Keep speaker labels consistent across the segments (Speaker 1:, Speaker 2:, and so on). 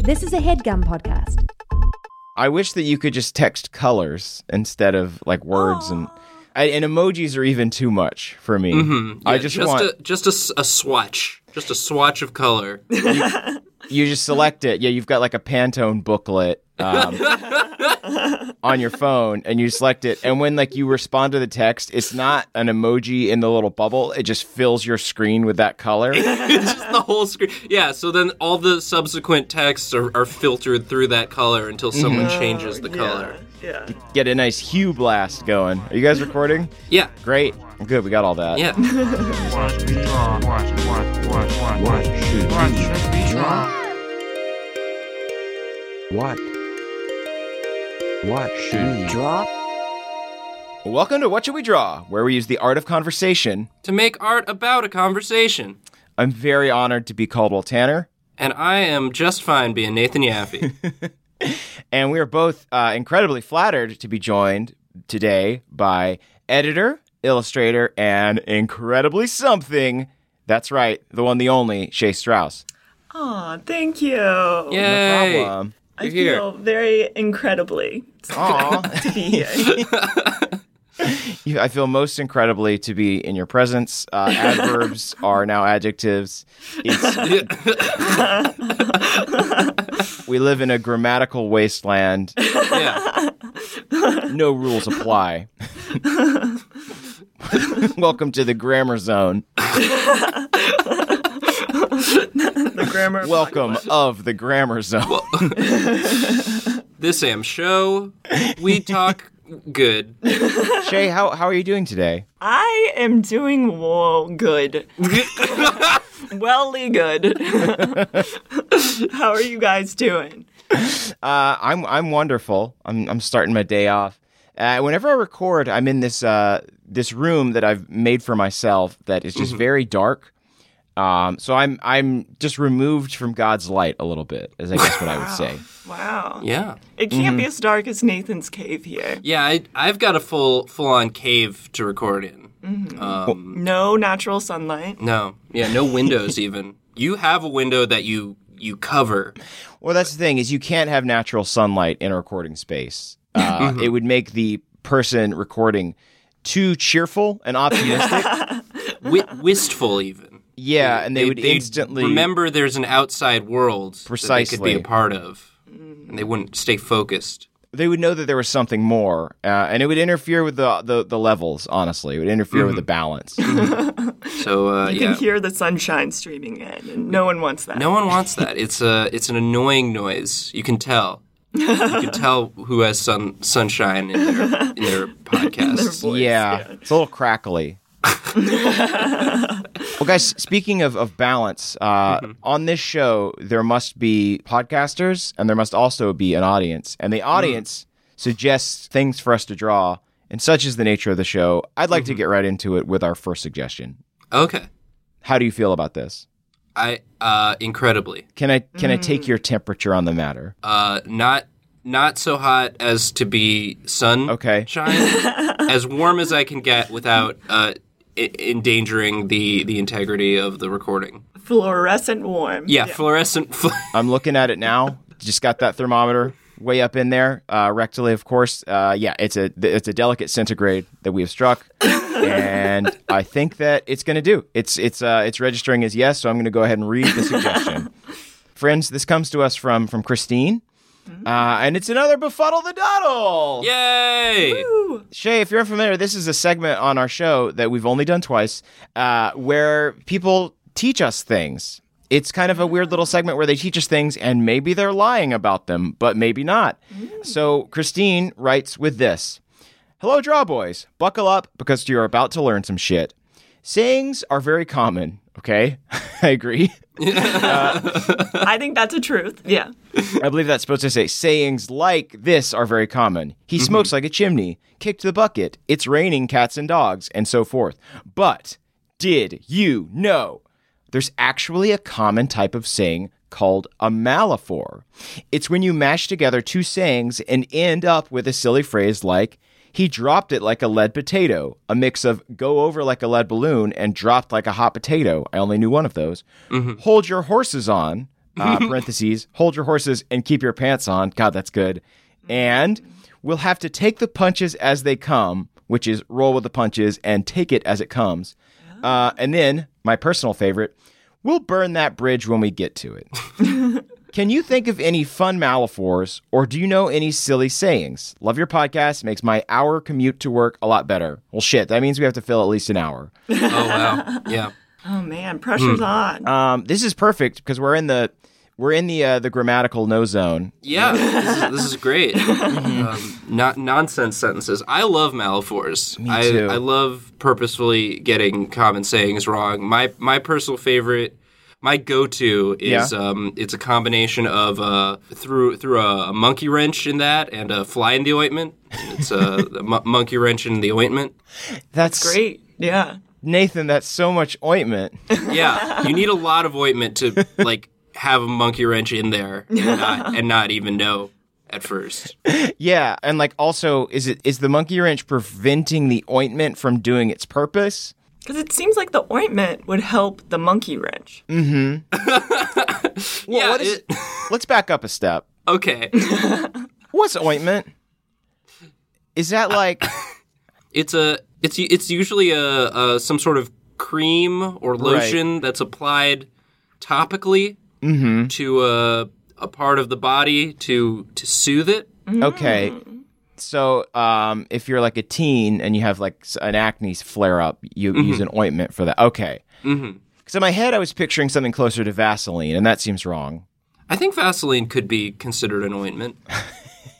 Speaker 1: This is a headgum podcast.
Speaker 2: I wish that you could just text colors instead of like words and I, and emojis are even too much for me. I
Speaker 3: Mm-hmm. Yeah,
Speaker 2: just, want
Speaker 3: a, just a s- a, swatch, just a swatch of color.
Speaker 2: you just select it. Yeah, you've got like a Pantone booklet um, on your phone, and you select it. And when like you respond to the text, it's not an emoji in the little bubble. It just fills your screen with that color.
Speaker 3: it's just the whole screen. Yeah. So then all the subsequent texts are, are filtered through that color until someone changes the color.
Speaker 4: Yeah.
Speaker 2: Get a nice hue blast going. Are you guys recording?
Speaker 3: Yeah.
Speaker 2: Great. Good. We got all that.
Speaker 3: Yeah.
Speaker 5: What should be wrong? What what what what what should what should be wrong?
Speaker 6: What? What should drop?
Speaker 2: Welcome to What Should We Draw, where we use the art of conversation.
Speaker 3: to make art about a conversation.
Speaker 2: I'm very honored to be Caldwell Tanner.
Speaker 3: And I am just fine being Nathan Yaffe.
Speaker 2: And we are both uh, incredibly flattered to be joined today by editor, illustrator, and incredibly something. That's right, the one, the only, Shay Strauss.
Speaker 4: Aw, thank you.
Speaker 3: Yay!
Speaker 2: Um,
Speaker 4: I
Speaker 3: you're
Speaker 4: feel very incredibly
Speaker 2: aw.
Speaker 4: to be here.
Speaker 2: You- I feel most incredibly to be in your presence. Uh, adverbs are now adjectives. It's, we live in a grammatical wasteland.
Speaker 3: yeah.
Speaker 2: No rules apply. Welcome to the grammar zone.
Speaker 4: the grammar.
Speaker 2: Welcome of the grammar zone.
Speaker 3: This am show. We talk good.
Speaker 2: Shay, how, how are you doing today?
Speaker 4: I am doing whoa good. Welly good. How are you guys doing?
Speaker 2: Uh, I'm I'm wonderful. I'm I'm starting my day off. Uh, whenever I record, I'm in this uh, this room that I've made for myself that is just very dark. Um, so I'm I'm just removed from God's light a little bit, is I guess what I would say.
Speaker 4: Wow.
Speaker 3: Yeah. Mm-hmm.
Speaker 4: It can't be as dark as Nathan's cave here.
Speaker 3: Yeah, I, I've got a full full on cave to record in. Um,
Speaker 4: No natural sunlight.
Speaker 3: no. Yeah, no windows even. You have a window that you you cover.
Speaker 2: Well, that's the thing is you can't have natural sunlight in a recording space. Uh, It would make the person recording too cheerful and optimistic.
Speaker 3: Wi- wistful even.
Speaker 2: yeah, and they, would
Speaker 3: they'd
Speaker 2: instantly
Speaker 3: remember there's an outside world that they
Speaker 2: Precisely.
Speaker 3: could be a part of. And they wouldn't stay focused.
Speaker 2: they would know that there was something more, uh, and it would interfere with the the, the levels. Honestly, it would interfere with the balance.
Speaker 3: So uh,
Speaker 4: You
Speaker 3: yeah.
Speaker 4: can hear the sunshine streaming in, and no one wants that.
Speaker 3: No one wants that. It's a it's an annoying noise. You can tell. You can tell who has sun sunshine in their in their podcasts.
Speaker 4: voice,
Speaker 2: yeah,
Speaker 4: yeah.
Speaker 2: it's a little crackly. well, guys, speaking of, of balance, uh, on this show, there must be podcasters and there must also be an audience. And the audience suggests things for us to draw, and such is the nature of the show. I'd like to get right into it with our first suggestion.
Speaker 3: okay.
Speaker 2: How do you feel about this?
Speaker 3: I uh incredibly.
Speaker 2: Can I can I take your temperature on the matter?
Speaker 3: Uh not not so hot as to be sun
Speaker 2: Okay.
Speaker 3: shine. as warm as I can get without uh I- endangering the the integrity of the recording.
Speaker 4: Fluorescent warm.
Speaker 3: Yeah, fluorescent fl-
Speaker 2: I'm looking at it now. Just got that thermometer way up in there, uh, rectally, of course. Uh, yeah, it's a it's a delicate centigrade that we have struck, and I think that it's going to do. It's it's uh, it's registering as yes, so I'm going to go ahead and read the suggestion. Friends, this comes to us from from Christine, uh, and it's another befuddle the doddle.
Speaker 3: Yay!
Speaker 2: Shay, if you're unfamiliar, this is a segment on our show that we've only done twice, uh, where people teach us things. It's kind of a weird little segment where they teach us things, and maybe they're lying about them, but maybe not. So Christine writes with this. Hello, Draw Boys. Buckle up because you're about to learn some shit. Sayings are very common, okay? I agree.
Speaker 4: I think that's a truth. Yeah.
Speaker 2: I believe that's supposed to say sayings like this are very common. He smokes like a chimney, kicked the bucket, it's raining cats and dogs, and so forth. But did you know there's actually a common type of saying called a malaphor? It's when you mash together two sayings and end up with a silly phrase like, he dropped it like a lead potato, a mix of go over like a lead balloon and dropped like a hot potato. I only knew one of those. Hold your horses on, uh, parentheses, hold your horses and keep your pants on. God, that's good. And we'll have to take the punches as they come, which is roll with the punches and take it as it comes. Uh, and then, my personal favorite, we'll burn that bridge when we get to it. Can you think of any fun malaphors or do you know any silly sayings? Love your podcast. Makes my hour commute to work a lot better. Well, shit, that means we have to fill at least an hour.
Speaker 3: Oh wow. Yeah.
Speaker 4: Oh man, pressure's
Speaker 3: Hmm.
Speaker 4: on.
Speaker 3: Uh,
Speaker 2: Um, this is perfect because we're in the we're in the uh, the grammatical no zone.
Speaker 3: Yeah. This is, this is great.
Speaker 2: Mm-hmm.
Speaker 3: um, not nonsense sentences. I love malaphors. Me
Speaker 2: too.
Speaker 3: I, I love purposefully getting common sayings wrong. My my personal favorite. My go-to is
Speaker 2: Yeah.
Speaker 3: um, it's a combination of uh, through through a, monkey wrench in that and a fly in the ointment. It's a, a mon- monkey wrench in the ointment.
Speaker 2: That's
Speaker 4: Great. Yeah.
Speaker 2: Nathan. That's so much ointment.
Speaker 3: Yeah, you need a lot of ointment to like have a monkey wrench in there and not, and not even know at first.
Speaker 2: yeah, and like also, is it is the monkey wrench preventing the ointment from doing its purpose?
Speaker 4: Because it seems like the ointment would help the monkey wrench.
Speaker 2: Mm-hmm. Well,
Speaker 3: Yeah,
Speaker 2: what is?
Speaker 3: it-
Speaker 2: let's back up a step.
Speaker 3: Okay,
Speaker 2: What's ointment? Is that like
Speaker 3: it's a it's it's usually a, a some sort of cream or lotion that's applied topically to a a part of the body to to soothe it.
Speaker 2: okay? So, um, if you're like a teen and you have like s- an acne flare up, you use an ointment for that. Okay. Mm-hmm. Because in my head, I was picturing something closer to Vaseline, and that seems wrong.
Speaker 3: I think Vaseline could be considered an ointment.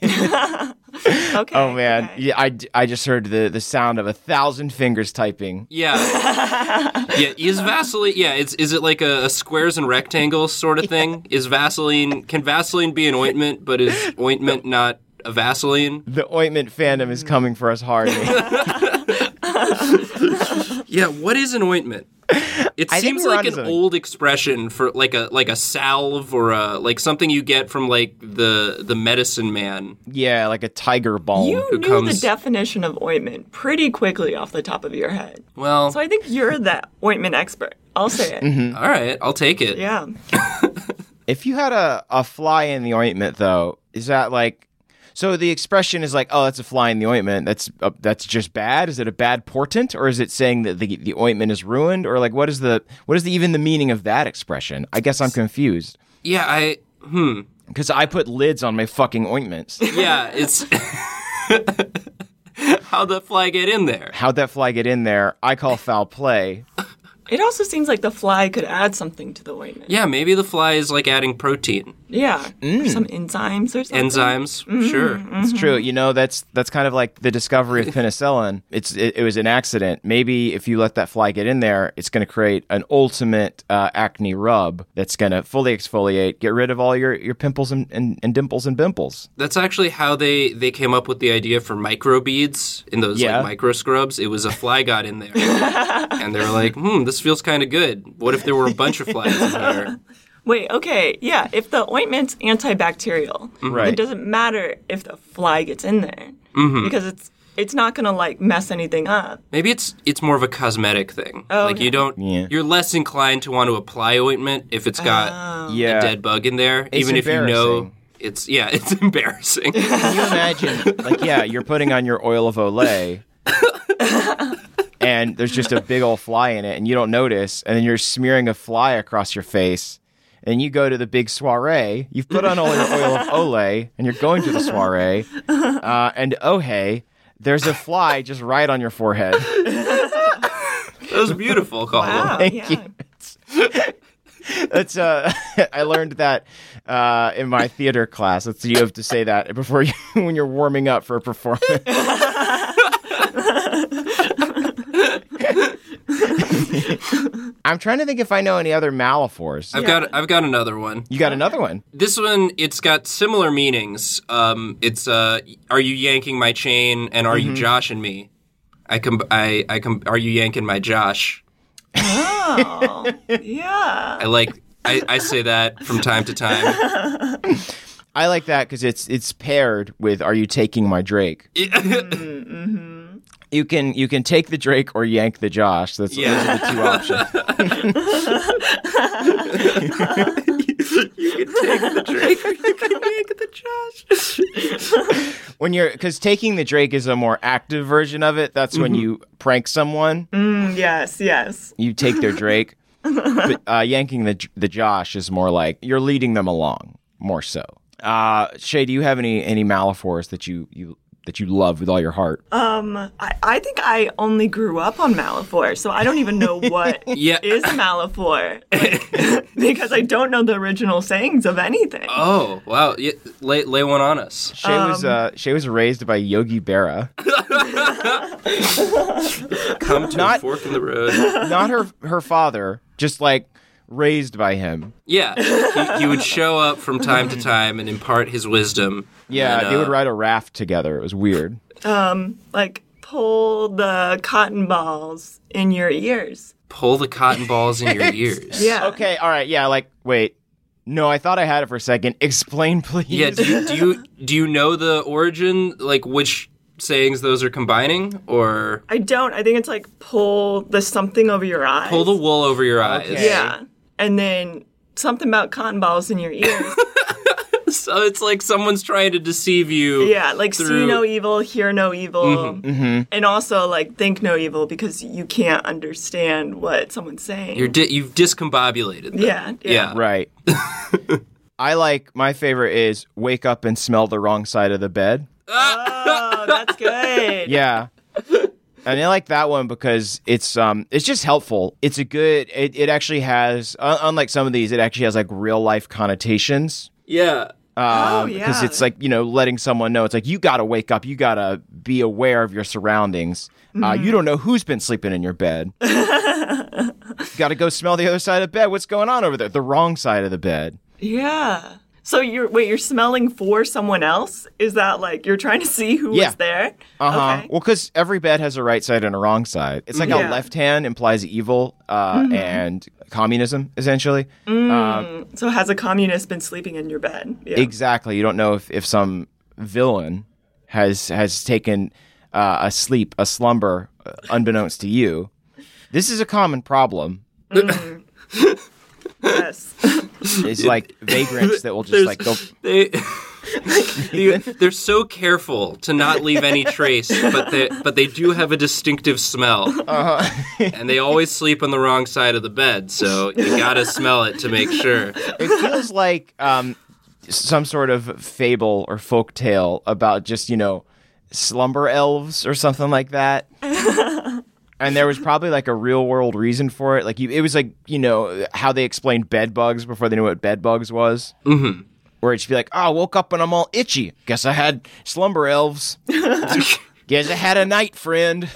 Speaker 4: Okay.
Speaker 2: Oh man,
Speaker 4: okay.
Speaker 2: yeah, I, d- I just heard the, the sound of a thousand fingers typing.
Speaker 3: Yeah. yeah. Is Vaseline? Yeah. It's is it like a, a squares and rectangles sort of thing? Is Vaseline? Can Vaseline be an ointment? But is ointment not a Vaseline?
Speaker 2: The ointment fandom
Speaker 4: Mm.
Speaker 2: is coming for us hard.
Speaker 3: Yeah. What is an ointment? It
Speaker 2: I think
Speaker 3: seems
Speaker 2: we're
Speaker 3: like
Speaker 2: onto
Speaker 3: an
Speaker 2: something.
Speaker 3: old expression for like a like a salve or a like something you get from like the the medicine man.
Speaker 2: yeah, like a tiger balm.
Speaker 4: You knew
Speaker 3: comes-
Speaker 4: the definition of ointment pretty quickly off the top of your head.
Speaker 3: Well,
Speaker 4: So I think you're the ointment expert. I'll say it.
Speaker 2: Mm-hmm.
Speaker 3: all right, I'll take it.
Speaker 4: Yeah.
Speaker 2: If you had a, a fly in the ointment, though, is that like. So the expression is like, oh, that's a fly in the ointment. That's uh, that's just bad. Is it a bad portent, or is it saying that the, the ointment is ruined, or like what is the what is the, even the meaning of that expression? I guess I'm confused
Speaker 3: Yeah, I hmm.
Speaker 2: because I put lids on my fucking ointments.
Speaker 3: Yeah, it's how'd the fly get in there?
Speaker 2: How'd that fly get in there? I call foul play.
Speaker 4: It also seems like the fly could add something to the ointment.
Speaker 3: Yeah, maybe the fly is like adding protein.
Speaker 4: Yeah.
Speaker 2: Mm.
Speaker 4: Or some enzymes or something.
Speaker 3: enzymes.
Speaker 4: Mm-hmm.
Speaker 3: Sure.
Speaker 2: It's true. You know, that's that's kind of like the discovery of penicillin. It's it, it was an accident. Maybe if you let that fly get in there, it's going to create an ultimate uh, acne rub that's going to fully exfoliate, get rid of all your your pimples and, and, and dimples and bimples.
Speaker 3: That's actually how they they came up with the idea for microbeads in those
Speaker 2: Yeah.
Speaker 3: like micro scrubs. It was a fly got in there, and they were like, "Hmm, this feels kind of good. What if there were a bunch of flies in there?"
Speaker 4: Wait, okay. Yeah. If the ointment's antibacterial,
Speaker 2: Right.
Speaker 4: it doesn't matter if the fly gets in there because it's it's not going to like mess anything up.
Speaker 3: Maybe it's it's more of a cosmetic thing.
Speaker 4: Oh,
Speaker 3: like you don't
Speaker 2: Yeah.
Speaker 3: you're less inclined to want to apply ointment if it's got
Speaker 2: yeah.
Speaker 3: a dead bug in there, even if you know
Speaker 2: Oh. embarrassing.
Speaker 3: it's yeah, it's embarrassing.
Speaker 2: Can you imagine? like, yeah, you're putting on your oil of Olay. and there's just a big old fly in it, and you don't notice, and then you're smearing a fly across your face, and you go to the big soiree. You've put on all your oil of Olay, and you're going to the soiree, uh, and oh hey, there's a fly just right on your forehead.
Speaker 3: that was beautiful, Colin.
Speaker 4: Wow.
Speaker 2: Thank
Speaker 4: Ah, yeah.
Speaker 2: you. That's uh, I learned that uh, in my theater class. That's you have to say that before you when you're warming up for a performance. I'm trying to think if I know any other malaphors.
Speaker 3: I've got I've got another one.
Speaker 2: You got another one?
Speaker 3: This one, it's got similar meanings. Um, it's uh, are you yanking my chain, and are you joshing me? I com- I I com- are you yanking my Josh?
Speaker 4: Yeah.
Speaker 3: I like I, I say that from time to time.
Speaker 2: I like that because it's it's paired with "Are you taking my Drake?" You can you can take the Drake or yank the Josh. That's
Speaker 3: Yeah.
Speaker 2: those are the two options.
Speaker 3: you take the Drake or you can make the Josh.
Speaker 2: when you're because taking the Drake is a more active version of it. That's when you prank someone,
Speaker 4: Yes, yes.
Speaker 2: you take their Drake. but uh, yanking the J- the Josh is more like you're leading them along, more so. Uh, Shay, do you have any any Malifors that you you that you love with all your heart?
Speaker 4: I, I think I only grew up on Malifor, so I don't even know what is
Speaker 3: Yeah.
Speaker 4: Malifor like, because I don't know the original sayings of anything.
Speaker 3: oh wow! Yeah, lay, lay one on us.
Speaker 2: Shay was uh, Shay was raised by Yogi Berra.
Speaker 3: Come to
Speaker 2: Not-
Speaker 3: a fork in the road.
Speaker 2: not her her father, just like raised by him.
Speaker 3: Yeah, he, he would show up from time to time and impart his wisdom.
Speaker 2: Yeah,
Speaker 3: and,
Speaker 2: they would
Speaker 3: uh,
Speaker 2: ride a raft together. It was weird.
Speaker 4: Like pull the cotton balls in your ears.
Speaker 3: pull the cotton balls in your ears.
Speaker 4: Yeah.
Speaker 2: Okay, all right, yeah, like wait. No, I thought I had it for a second. Explain, please.
Speaker 3: Yeah, do you, do you do you know the origin, like which sayings those are combining, or
Speaker 4: I don't. I think it's like pull the something over your eyes.
Speaker 3: pull the wool over your eyes?
Speaker 2: Okay.
Speaker 4: yeah, and then something about cotton balls in your ears.
Speaker 3: So it's like someone's trying to deceive you.
Speaker 4: yeah, like see
Speaker 3: Through- Mm-hmm.
Speaker 4: no evil, hear no evil,
Speaker 2: Mm-hmm.
Speaker 4: and also like think no evil because you can't understand what someone's saying.
Speaker 3: You're di- you've discombobulated. Them.
Speaker 4: Yeah, yeah.
Speaker 2: right. I like my favorite is wake up and smell the wrong side of the bed.
Speaker 4: oh, that's good.
Speaker 2: Yeah. And I like that one because it's um it's just helpful. It's a good it, it actually has un- unlike some of these it actually has like real life connotations.
Speaker 3: yeah.
Speaker 2: Um,
Speaker 4: Oh,
Speaker 2: Because
Speaker 4: yeah.
Speaker 2: it's like, you know, letting someone know it's like, you got to wake up. You got to be aware of your surroundings. Uh, you don't know who's been sleeping in your bed. got to go smell the other side of the bed. What's going on over there? The wrong side of the bed.
Speaker 4: Yeah. So you're wait, you're smelling for someone else? Is that like you're trying to see who
Speaker 2: Yeah.
Speaker 4: was there?
Speaker 2: Uh huh.
Speaker 4: Okay. Mm-hmm.
Speaker 2: Well, because every bed has a right side and a wrong side. It's like
Speaker 4: Yeah. Mm-hmm.
Speaker 2: a left hand implies evil uh, and communism, essentially.
Speaker 4: So has a communist been sleeping in your bed? Yeah.
Speaker 2: Exactly. You don't know if, if some villain has has taken uh, a sleep, a slumber, uh, unbeknownst to you. This is a common problem.
Speaker 4: yes.
Speaker 2: It's like vagrants that will just like go.
Speaker 3: They. they- they're so careful to not leave any trace, but they but they do have a distinctive smell,
Speaker 2: Uh-huh.
Speaker 3: and they always sleep on the wrong side of the bed. So you gotta smell it to make sure.
Speaker 2: It feels like um, some sort of fable or folk tale about just you know slumber elves or something like that. And there was probably like a real world reason for it. Like you, it was like you know how they explained bed bugs before they knew what bed bugs was. Mm-hmm. Where it'd just be like, "Oh, I woke up and I'm all itchy. Guess I had slumber elves. Guess I had a night friend."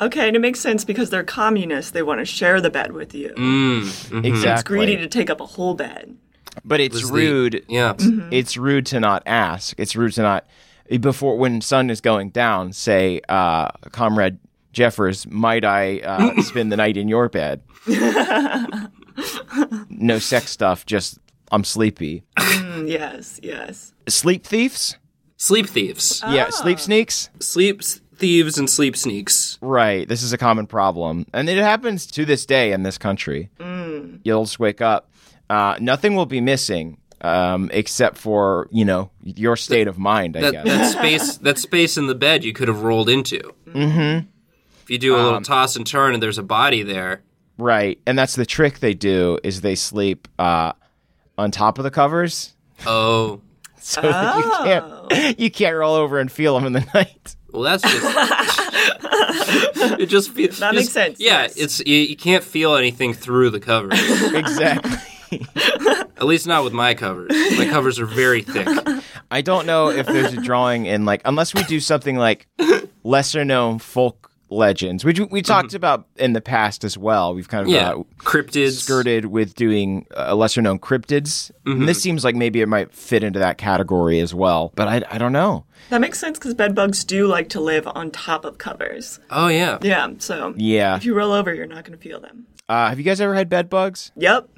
Speaker 4: Okay, and it makes sense because they're communists. They want to share the bed with you.
Speaker 2: Mm, Exactly.
Speaker 4: It's greedy to take up a whole bed.
Speaker 2: but it's
Speaker 3: Was the-
Speaker 2: rude.
Speaker 3: Yeah.
Speaker 4: Mm-hmm.
Speaker 2: it's rude to not ask. It's rude to not before when sun is going down. Say, uh, comrade Jeffers, might I uh, spend the night in your bed? no sex stuff. Just I'm sleepy.
Speaker 4: Mm, yes, yes.
Speaker 2: Sleep thieves.
Speaker 3: Sleep thieves.
Speaker 2: Yeah, sleep sneaks.
Speaker 3: sleep s- thieves and sleep sneaks.
Speaker 2: Right. This is a common problem, and it happens to this day in this country. You'll just wake up. Uh, nothing will be missing. Um, except for you know your state of mind, I
Speaker 3: That,
Speaker 2: guess.
Speaker 3: that space that space in the bed you could have rolled into. Mm-hmm. If you do a little toss and turn and there's a body there,
Speaker 2: Right, and that's the trick they do is they sleep uh, on top of the covers,
Speaker 3: oh,
Speaker 2: so that you can't you can't roll over and feel them in the night.
Speaker 3: well that's just it just feels
Speaker 4: That makes sense,
Speaker 3: Yeah,
Speaker 4: yes.
Speaker 3: it's you, you can't feel anything through the covers.
Speaker 2: exactly.
Speaker 3: At least not with my covers. My covers are very thick.
Speaker 2: I don't know if there's a drawing in like unless we do something like lesser known folk legends, which we talked about in the past as well. We've kind of
Speaker 3: Yeah,
Speaker 2: uh,
Speaker 3: cryptids.
Speaker 2: skirted with doing uh, lesser known cryptids. And this seems like maybe it might fit into that category as well, but I, I don't know.
Speaker 4: That makes sense because bed bugs do like to live on top of covers.
Speaker 3: Oh yeah.
Speaker 4: Yeah, so
Speaker 2: Yeah,
Speaker 4: if you roll over, you're not going to feel them.
Speaker 2: uh, have you guys ever had bed bugs?
Speaker 4: Yep.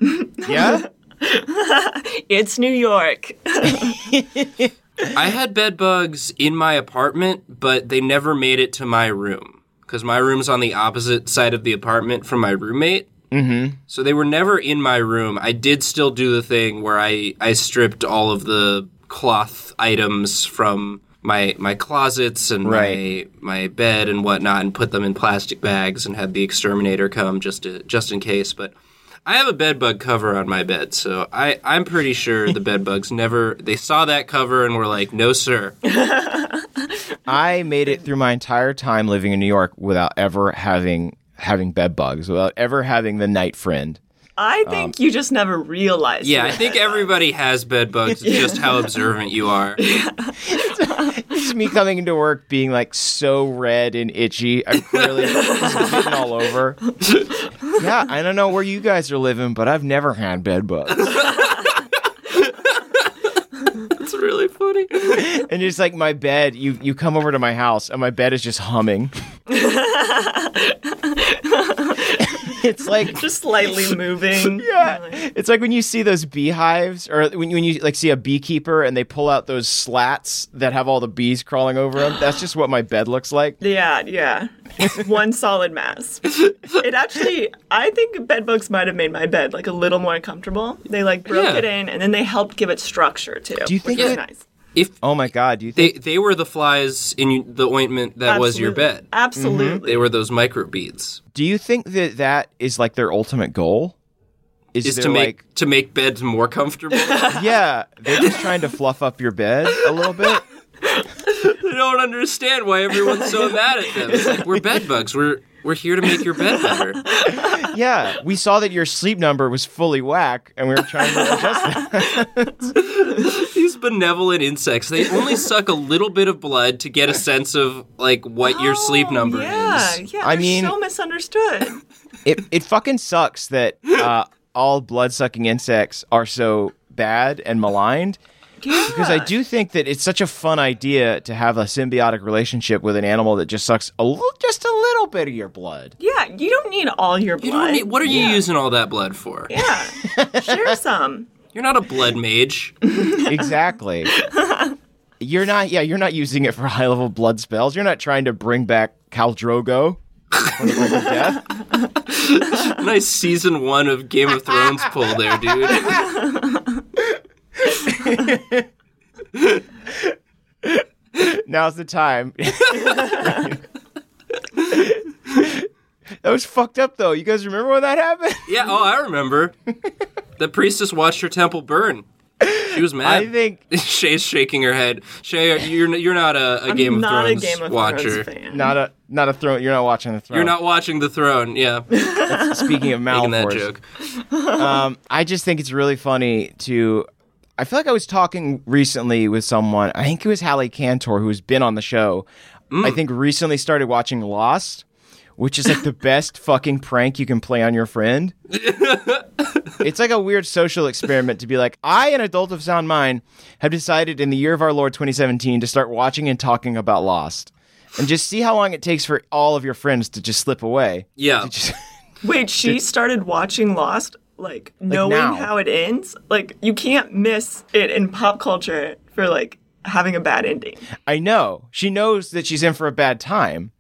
Speaker 2: Yeah.
Speaker 4: it's New York.
Speaker 3: I had bed bugs in my apartment, but they never made it to my room because my room's on the opposite side of the apartment from my roommate. So they were never in my room. I did still do the thing where I, I stripped all of the cloth items from my my closets and
Speaker 2: Right.
Speaker 3: my my bed and whatnot and put them in plastic bags and had the exterminator come just to, just in case. But I have a bed bug cover on my bed, so I, I'm pretty sure the bed bugs never they saw that cover and were like, No sir.
Speaker 2: I made it through my entire time living in New York without ever having having bed bugs, without ever having the night friend.
Speaker 4: I think you just never realized.
Speaker 3: Um, Yeah, I
Speaker 4: it.
Speaker 3: think everybody has bed bugs. It's just how observant you are.
Speaker 2: It's me coming into work being like so red and itchy. I'm clearly just getting all over. Yeah, I don't know where you guys are living, but I've never had bed bugs.
Speaker 3: It's really funny.
Speaker 2: And it's like my bed, you you come over to my house and my bed is just humming. it's like
Speaker 4: just slightly moving.
Speaker 2: Yeah. It's like when you see those beehives or when you, when you like see a beekeeper and they pull out those slats that have all the bees crawling over them. That's just what my bed looks like.
Speaker 4: Yeah, yeah. It's One solid mass. It actually, I think bed bugs might have made my bed like a little more comfortable. They like broke
Speaker 3: Yeah.
Speaker 4: it in, and then they helped give it structure too.
Speaker 2: Do you think
Speaker 4: which was
Speaker 2: it-
Speaker 4: nice?
Speaker 3: If
Speaker 2: Oh my god, do you
Speaker 3: They
Speaker 2: think
Speaker 3: they were the flies in the ointment that was your
Speaker 4: Absolutely.
Speaker 3: bed. Mm-hmm.
Speaker 4: Absolutely.
Speaker 3: They were those microbeads.
Speaker 2: do you think that that is like their ultimate goal?
Speaker 3: Is to
Speaker 2: they're
Speaker 3: make to make beds more comfortable. I
Speaker 2: like yeah, they're just trying to fluff up your bed a little bit.
Speaker 3: don't understand why everyone's so mad at them. It's like we're bed bugs. We're we're here to make your bed better.
Speaker 2: Yeah, we saw that your sleep number was fully whack and we were trying to adjust that.
Speaker 3: These benevolent insects, they only suck a little bit of blood to get a sense of like what your sleep number
Speaker 4: Oh, yeah,
Speaker 3: is.
Speaker 4: yeah.
Speaker 2: I
Speaker 4: they're
Speaker 2: mean-
Speaker 4: so misunderstood.
Speaker 2: it it fucking sucks that uh, all blood sucking insects are so bad and maligned. Because I do think that it's such a fun idea to have a symbiotic relationship with an animal that just sucks a little, just a little bit of your blood.
Speaker 4: Yeah, you don't need all your blood.
Speaker 3: You don't need, what are you using all that blood for?
Speaker 4: yeah, share some.
Speaker 3: You're not a blood mage.
Speaker 2: Exactly. you're not. Yeah, you're not using it for high level blood spells. You're not trying to bring back Khal Drogo. from the brink of death.
Speaker 3: nice season one of Game of Thrones pull there, dude.
Speaker 2: Now's the time. that was fucked up, though. You guys remember when that happened?
Speaker 3: Yeah, oh, I remember. the priestess watched her temple burn. She was mad.
Speaker 2: I think
Speaker 3: Shay's shaking her head. Shay, you're you're not a, a Game of
Speaker 4: Not
Speaker 3: Thrones
Speaker 4: a Game of
Speaker 3: watcher.
Speaker 4: Thrones fan.
Speaker 2: not a not a throne. You're not watching the throne.
Speaker 3: You're not watching the throne. Yeah, making
Speaker 2: speaking of Malforce.
Speaker 3: that joke.
Speaker 2: Um, I just think it's really funny to. I feel like I was talking recently with someone. I think it was Hallie Cantor, who's been on the show. I think recently started watching Lost, which is like the best fucking prank you can play on your friend. it's like a weird social experiment to be like, I, an adult of sound mind, have decided in the year of our Lord 2017 to start watching and talking about Lost. And just see how long it takes for all of your friends to just slip away.
Speaker 3: Yeah,
Speaker 4: Wait, she started watching Lost, like, knowing
Speaker 2: now.
Speaker 4: how it ends? Like, you can't miss it in pop culture for, like, having a bad ending.
Speaker 2: I know. She knows that she's in for a bad time,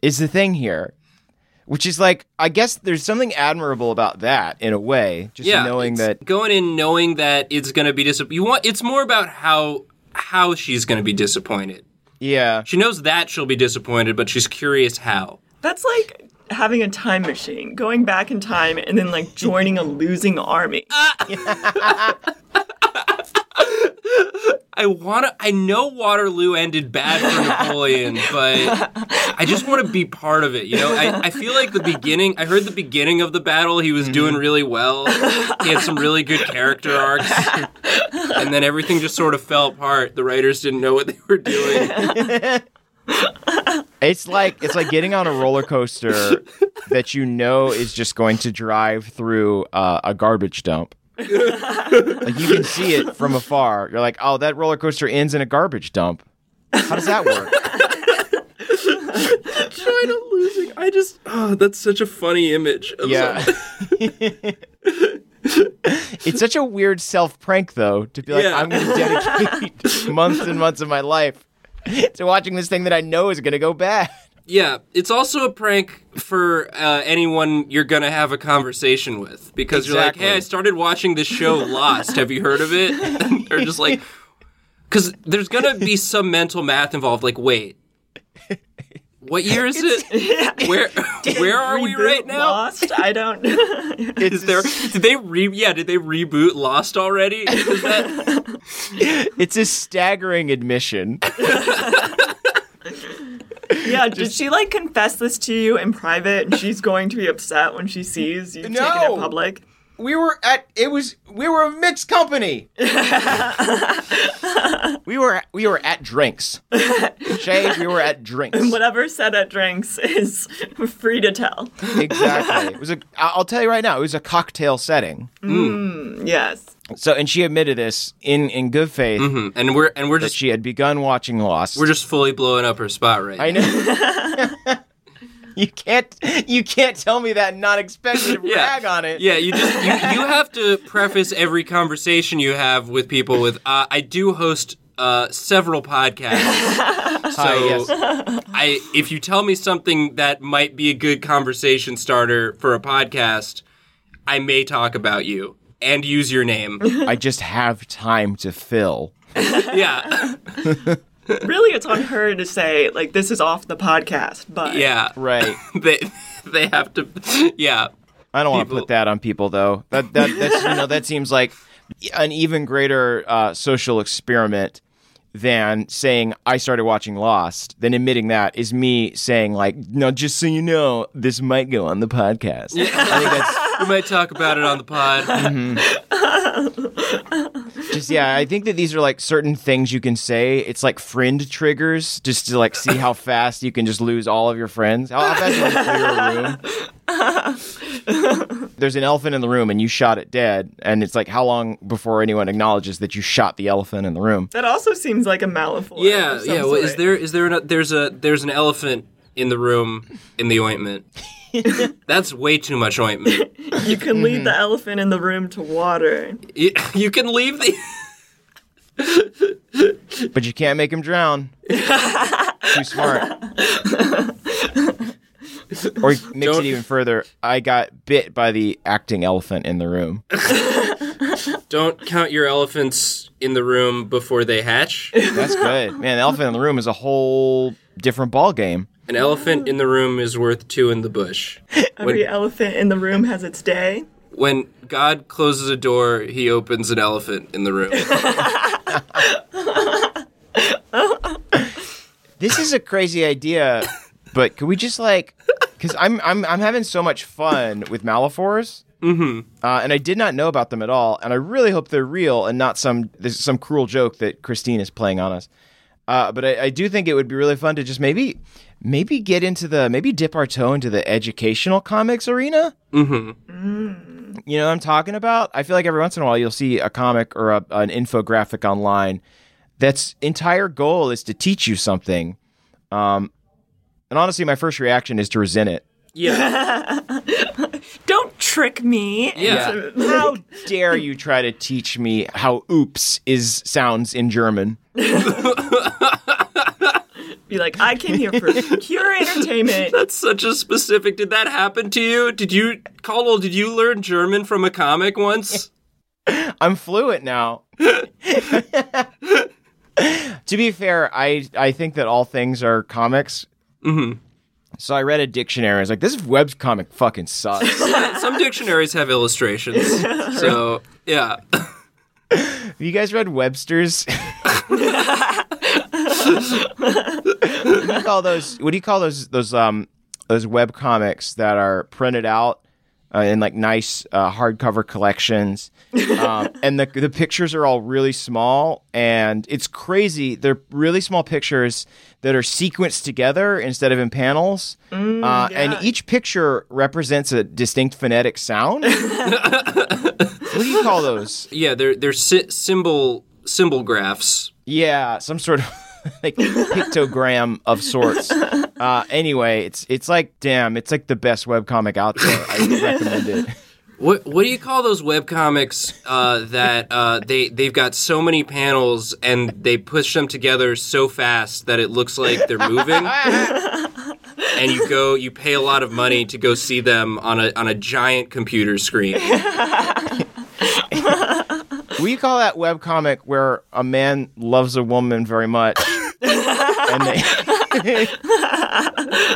Speaker 2: is the thing here. Which is like, I guess there's something admirable about that in a way, just
Speaker 3: yeah.
Speaker 2: knowing
Speaker 3: it's-
Speaker 2: that.
Speaker 3: going in knowing that it's gonna be disappointed. You want it's more about how how she's gonna be disappointed.
Speaker 2: Yeah.
Speaker 3: She knows that she'll be disappointed, but she's curious how.
Speaker 4: That's like having a time machine, going back in time and then, like, joining a losing army.
Speaker 3: Uh, I want to. I know Waterloo ended bad for Napoleon, but I just want to be part of it. You know, I, I feel like the beginning. I heard the beginning of the battle. He was doing
Speaker 2: Mm-hmm.
Speaker 3: really well. He had some really good character arcs, and then everything just sort of fell apart. The writers didn't know what they were doing.
Speaker 2: It's like it's like getting on a roller coaster that you know is just going to drive through uh, a garbage dump. like you can see it from afar. You're like, "Oh, that roller coaster ends in a garbage dump." How does that work?
Speaker 3: China losing. I just. Oh, that's such a funny image. Of
Speaker 2: Yeah. it's such a weird self prank, though, to be like,
Speaker 3: Yeah.
Speaker 2: I'm going to dedicate months and months of my life to watching this thing that I know is going to go bad.
Speaker 3: Yeah, it's also a prank for uh, anyone you're gonna have a conversation with because
Speaker 2: Exactly.
Speaker 3: you're like, "Hey, I started watching this show Lost. Have you heard of it?" And they're just like, "Cause there's gonna be some mental math involved. Like, wait, what year is it? Where where are we
Speaker 4: Reboot
Speaker 3: right now?
Speaker 4: Lost? I don't.
Speaker 3: Is there? Did they re? Yeah, did they reboot Lost already? Is that-
Speaker 2: It's a staggering admission.
Speaker 4: yeah, did she like confess this to you in private? And she's going to be upset when she sees you
Speaker 2: No.
Speaker 4: taking it public.
Speaker 2: We were at it was we were a mixed company. we were we were at drinks. Shay, we were at drinks.
Speaker 4: Whatever said at drinks is free to tell.
Speaker 2: Exactly. It was a I- I'll tell you right now, it was a cocktail setting.
Speaker 4: Yes.
Speaker 2: So and she admitted this in in good faith
Speaker 3: and we're and we're
Speaker 2: that
Speaker 3: just
Speaker 2: she had begun watching Lost.
Speaker 3: we're just fully blowing up her spot right.
Speaker 2: I know. you can't you can't tell me that and not expect me to
Speaker 3: Yeah.
Speaker 2: brag on it.
Speaker 3: Yeah, you just you, you have to preface every conversation you have with people with uh, I do host uh, several podcasts. So
Speaker 2: Hi, yes.
Speaker 3: I if you tell me something that might be a good conversation starter for a podcast, I may talk about you and use your name.
Speaker 2: I just have time to fill.
Speaker 3: yeah.
Speaker 4: Really, it's on her to say, like, this is off the podcast, but
Speaker 3: Yeah.
Speaker 2: Right.
Speaker 3: They they have to yeah.
Speaker 2: I don't want to
Speaker 3: People-
Speaker 2: put that on people though. That that that's, you know that seems like an even greater uh, social experiment than saying I started watching Lost. Than admitting that is me saying like, no, just so you know, this might go on the podcast. I think that's
Speaker 3: We might talk about it on the pod.
Speaker 2: just yeah. I think that these are like certain things you can say. It's like friend triggers, just to like see how fast you can just lose all of your friends. How, how fast you can clear a room. there's an elephant in the room and you shot it dead and it's like how long before anyone acknowledges that you shot the elephant in the room
Speaker 4: that also seems like a malefic.
Speaker 3: Yeah, yeah. Well, is there is there an, there's a there's an elephant in the room in the ointment. That's way too much ointment.
Speaker 4: You
Speaker 3: Mm-hmm.
Speaker 4: can lead the elephant in the room to water.
Speaker 3: You, you can leave the
Speaker 2: but you can't make him drown too smart or mix it
Speaker 3: Don't-
Speaker 2: even further i got bit by the acting elephant in the room
Speaker 3: don't count your elephants in the room before they hatch.
Speaker 2: that's good man the elephant in the room is a whole different ball game
Speaker 3: An elephant in the room is worth two in the bush. When,
Speaker 4: Every elephant in the room has its day.
Speaker 3: when God closes a door, He opens an elephant in the room.
Speaker 2: this is a crazy idea but could we just like because I'm, I'm i'm having so much fun with malafors uh, and i did not know about them at all and i really hope they're real and not some this is some cruel joke that christine is playing on us uh, but I, I do think it would be really fun to just maybe maybe get into the maybe dip our toe into the educational comics arena you know what I'm talking about? I feel like every once in a while you'll see a comic or a, an infographic online that's entire goal is to teach you something. Um, and honestly, my first reaction is to resent it.
Speaker 3: Yeah,
Speaker 4: Don't trick me.
Speaker 3: Yeah.
Speaker 4: It's a-
Speaker 2: How dare you try to teach me how "oops" is sounds in German?
Speaker 4: Be like, I came here for pure entertainment.
Speaker 3: that's such a specific. Did that happen to you? Did you, Caldwell? Did you learn German from a comic once?
Speaker 2: I'm fluent now. to be fair, I I think that all things are comics. So I read a dictionary. I was like, this web comic fucking sucks.
Speaker 3: Some dictionaries have illustrations. So yeah,
Speaker 2: Have you guys read Webster's? what do you call those? What do you call those? Those um those web comics that are printed out uh, in like nice uh, hardcover collections, um, and the the pictures are all really small, and it's crazy. They're really small pictures that are sequenced together instead of in panels, uh, and each picture represents a distinct phonetic sound. what do you call those?
Speaker 3: yeah. They're they're sy- symbol symbol graphs.
Speaker 2: Yeah, some sort of like pictogram of sorts. Uh, anyway, it's it's like damn, it's like the best webcomic out there. I would recommend it.
Speaker 3: What what do you call those webcomics uh, that uh, they they've got so many panels and they push them together so fast that it looks like they're moving? and you go you pay a lot of money to go see them on a on a giant computer screen.
Speaker 2: We call that webcomic where a man loves a woman very much. and they,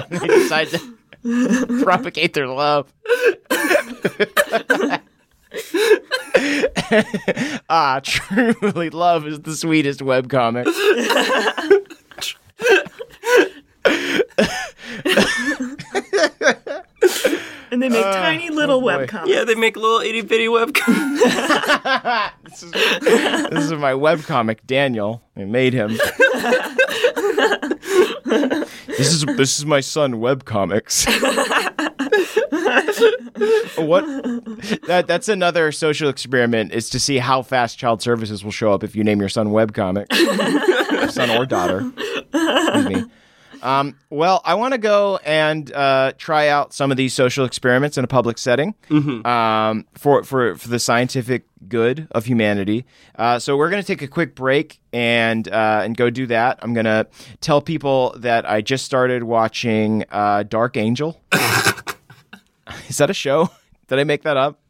Speaker 2: they decide to propagate their love. ah, truly, love is the sweetest webcomic.
Speaker 4: And they make tiny little
Speaker 2: boy.
Speaker 4: web webcomics.
Speaker 3: Uh, oh, Yeah, they make little itty bitty webcams.
Speaker 2: This is my webcomic, Daniel. I made him. this is this is my son webcomics. what that that's another social experiment is to see how fast child services will show up if you name your son webcomic. son or daughter. Excuse me. Um, well, I want to go and uh, try out some of these social experiments in a public setting um, for, for, for the scientific good of humanity. Uh, so we're going to take a quick break and uh, and go do that. I'm going to tell people that I just started watching uh, Dark Angel. Is that a show? Did I make that up?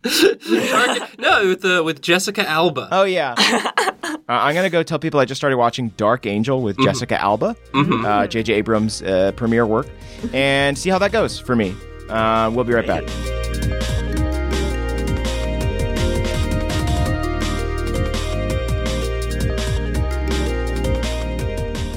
Speaker 3: no, with uh, with Jessica Alba.
Speaker 2: Oh yeah. uh, I'm gonna go tell people I just started watching Dark Angel with Jessica Alba, uh, J.J. Abrams' uh, premiere work, and see how that goes for me. Uh, we'll be right back.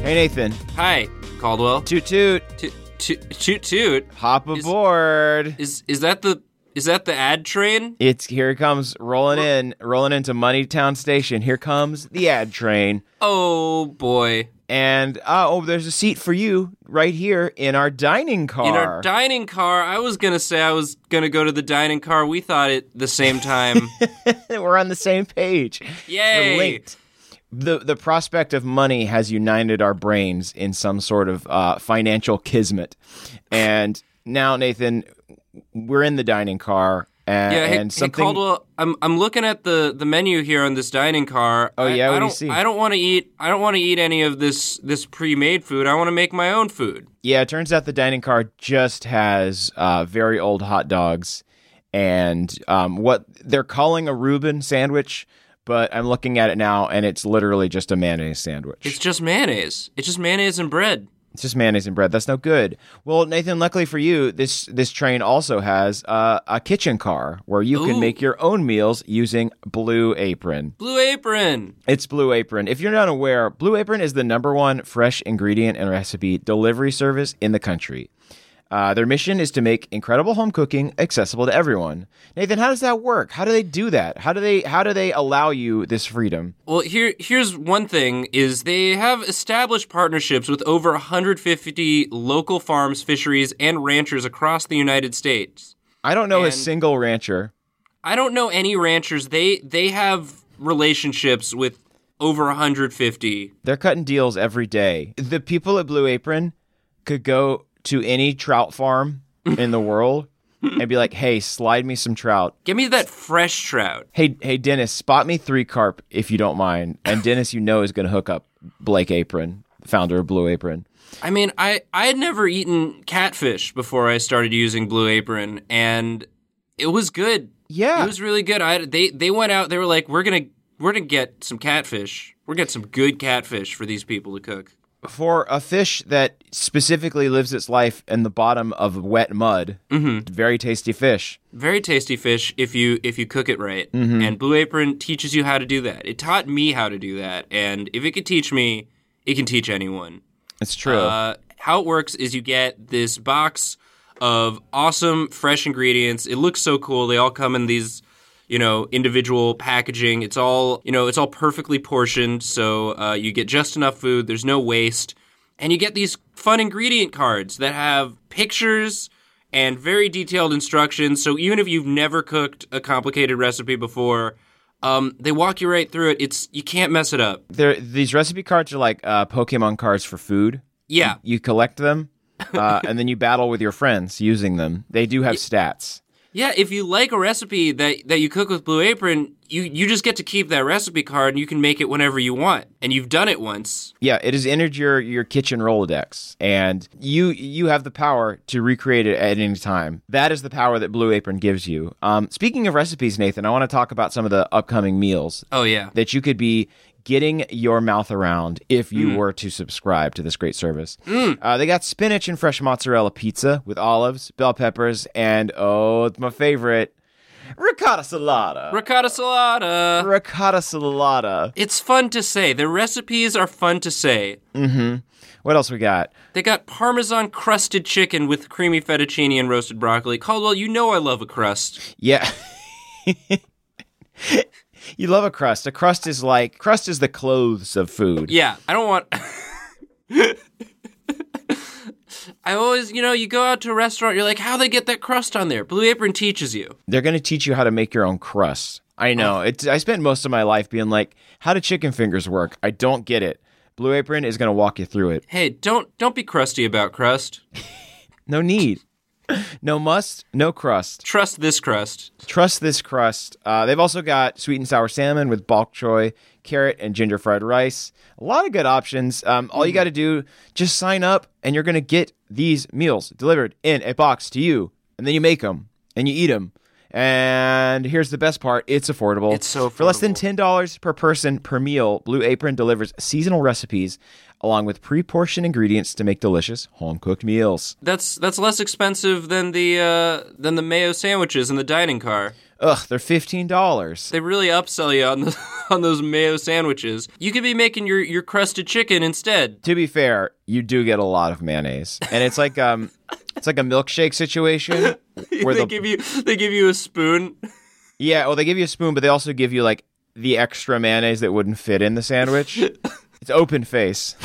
Speaker 2: Hey Nathan,
Speaker 3: Hi, Caldwell.
Speaker 2: toot toot,
Speaker 3: Toot toot toot. toot.
Speaker 2: hop
Speaker 3: Is-
Speaker 2: aboard!
Speaker 3: Is is that the is that the ad train?
Speaker 2: it's here it comes rolling in, rolling into Moneytown Station. Here comes the ad train.
Speaker 3: Oh boy.
Speaker 2: And uh, oh, there's a seat for you right here in our dining car.
Speaker 3: In our dining car, I was gonna say I was gonna go to the dining car. We thought it the same time.
Speaker 2: We're on the same page.
Speaker 3: Yay.
Speaker 2: We're linked. The the prospect of money has united our brains in some sort of uh, financial kismet. And now, Nathan, we're in the dining car, and,
Speaker 3: Yeah, hey,
Speaker 2: and
Speaker 3: hey,
Speaker 2: something.
Speaker 3: Caldwell, I'm I'm looking at the, the menu here on this dining car. Oh
Speaker 2: yeah,
Speaker 3: I,
Speaker 2: what do you
Speaker 3: don't
Speaker 2: see?
Speaker 3: I don't want to eat I don't want to eat any of this this pre-made food. I want to make my own food.
Speaker 2: yeah, it turns out the dining car just has uh, very old hot dogs and um, what they're calling a Reuben sandwich, but I'm looking at it now, and it's literally just a mayonnaise sandwich.
Speaker 3: It's just mayonnaise. It's just mayonnaise and bread.
Speaker 2: It's just mayonnaise and bread. That's no good. Well, Nathan, luckily for you, this this train also has uh, a kitchen car where you can
Speaker 3: Ooh.
Speaker 2: make your own meals using Blue Apron.
Speaker 3: Blue Apron.
Speaker 2: It's Blue Apron. If you're not aware, Blue Apron is the number one fresh ingredient and recipe delivery service in the country. Uh, their mission is to make incredible home cooking accessible to everyone. Nathan, how does that work? How do they do that? How do they how do they allow you this freedom?
Speaker 3: Well, here here's one thing is they have established partnerships with over 150 local farms, fisheries, and ranchers across the United States.
Speaker 2: I don't know a
Speaker 3: And-
Speaker 2: single rancher
Speaker 3: I don't know any ranchers. They they have relationships with over 150
Speaker 2: They're cutting deals every day. The people at Blue Apron could go to any trout farm in the world and be like, "Hey, slide me some trout.
Speaker 3: Give me that fresh trout.
Speaker 2: Hey, hey, Dennis, spot me three carp if you don't mind." And Dennis, you know, is going to hook up Blake Apron, founder of Blue Apron.
Speaker 3: I mean, I I had never eaten catfish before I started using Blue Apron, and it was good.
Speaker 2: Yeah.
Speaker 3: it was really good. I they they went out. They were like, we're gonna we're gonna get some catfish. We're gonna get some good catfish for these people to cook.
Speaker 2: For a fish that specifically lives its life in the bottom of wet mud, very tasty fish.
Speaker 3: Very tasty fish if you if you cook it right. And Blue Apron teaches you how to do that. It taught me how to do that, and if it could teach me, it can teach anyone.
Speaker 2: It's true.
Speaker 3: Uh, how it works is you get this box of awesome fresh ingredients. It looks so cool. They all come in these, you know, individual packaging. It's all, you know, it's all perfectly portioned, so uh, you get just enough food. There's no waste, and you get these fun ingredient cards that have pictures and very detailed instructions. So even if you've never cooked a complicated recipe before. Um, they walk you right through it. It's you can't mess it up.
Speaker 2: There, these recipe cards are like uh, Pokemon cards for food.
Speaker 3: Yeah,
Speaker 2: you collect them uh, and then you battle with your friends using them they do have stats
Speaker 3: Yeah, if you like a recipe that, that you cook with Blue Apron, you, you just get to keep that recipe card and you can make it whenever you want. And you've done it once.
Speaker 2: Yeah, it has entered your your kitchen Rolodex, and you you have the power to recreate it at any time. That is the power that Blue Apron gives you. Um, speaking of recipes, Nathan, I want to talk about some of the upcoming meals
Speaker 3: Oh, yeah.
Speaker 2: that you could be getting your mouth around if you were to subscribe to this great service. Uh, they got spinach and fresh mozzarella pizza with olives, bell peppers, and oh, it's my favorite, ricotta salata.
Speaker 3: Ricotta salata.
Speaker 2: ricotta salata.
Speaker 3: It's fun to say. The recipes are fun to say.
Speaker 2: What else we got?
Speaker 3: They got Parmesan crusted chicken with creamy fettuccine and roasted broccoli. Caldwell, you know I love a crust.
Speaker 2: Yeah. you love a crust. A crust is like crust is the clothes of food.
Speaker 3: Yeah, I don't want. I always, you know, you go out to a restaurant, you're like, how they get that crust on there? Blue Apron teaches you.
Speaker 2: They're going to teach you how to make your own crust. I know. It's, I spent most of my life being like, how do chicken fingers work? I don't get it. Blue Apron is going to walk you through it.
Speaker 3: Hey, don't don't be crusty about crust.
Speaker 2: No need. No must, no crust.
Speaker 3: Trust this crust.
Speaker 2: Trust this crust. Uh, they've also got sweet and sour salmon with bok choy, carrot, and ginger fried rice. A lot of good options. Um,
Speaker 3: Mm-hmm.
Speaker 2: all you got to do, just sign up, and you're going to get these meals delivered in a box to you. And then you make them and you eat them. And here's the best part it's affordable.
Speaker 3: It's so
Speaker 2: For less than
Speaker 3: affordable.
Speaker 2: $10 per person per meal, Blue Apron delivers seasonal recipes along with pre portioned ingredients to make delicious home cooked meals.
Speaker 3: That's that's less expensive than the uh, than the mayo sandwiches in the dining car.
Speaker 2: Ugh, they're $15.
Speaker 3: They really upsell you on the, on those mayo sandwiches. You could be making your, your crusted chicken instead.
Speaker 2: to be fair, you do get a lot of mayonnaise, and it's like um, it's like a milkshake situation where
Speaker 3: they
Speaker 2: the
Speaker 3: give you they give you a spoon.
Speaker 2: yeah, well, they give you a spoon, but they also give you like the extra mayonnaise that wouldn't fit in the sandwich. it's open face,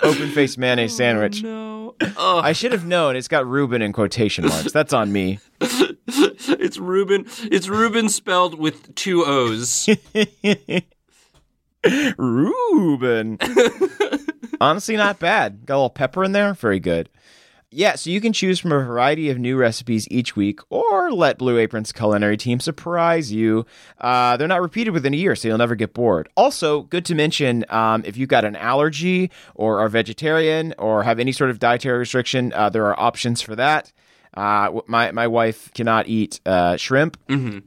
Speaker 2: open face mayonnaise sandwich.
Speaker 3: No,
Speaker 2: I should have known. It's got Reuben in quotation marks. That's on me.
Speaker 3: it's Reuben. It's Reuben spelled with two O's.
Speaker 2: Reuben. Honestly, not bad. Got a little pepper in there. Very good. Yeah, so you can choose from a variety of new recipes each week or let Blue Apron's culinary team surprise you. Uh, they're not repeated within a year, so you'll never get bored. Also, good to mention um, if you've got an allergy or are vegetarian or have any sort of dietary restriction, uh, there are options for that. Uh, w- my, my wife cannot eat uh, shrimp,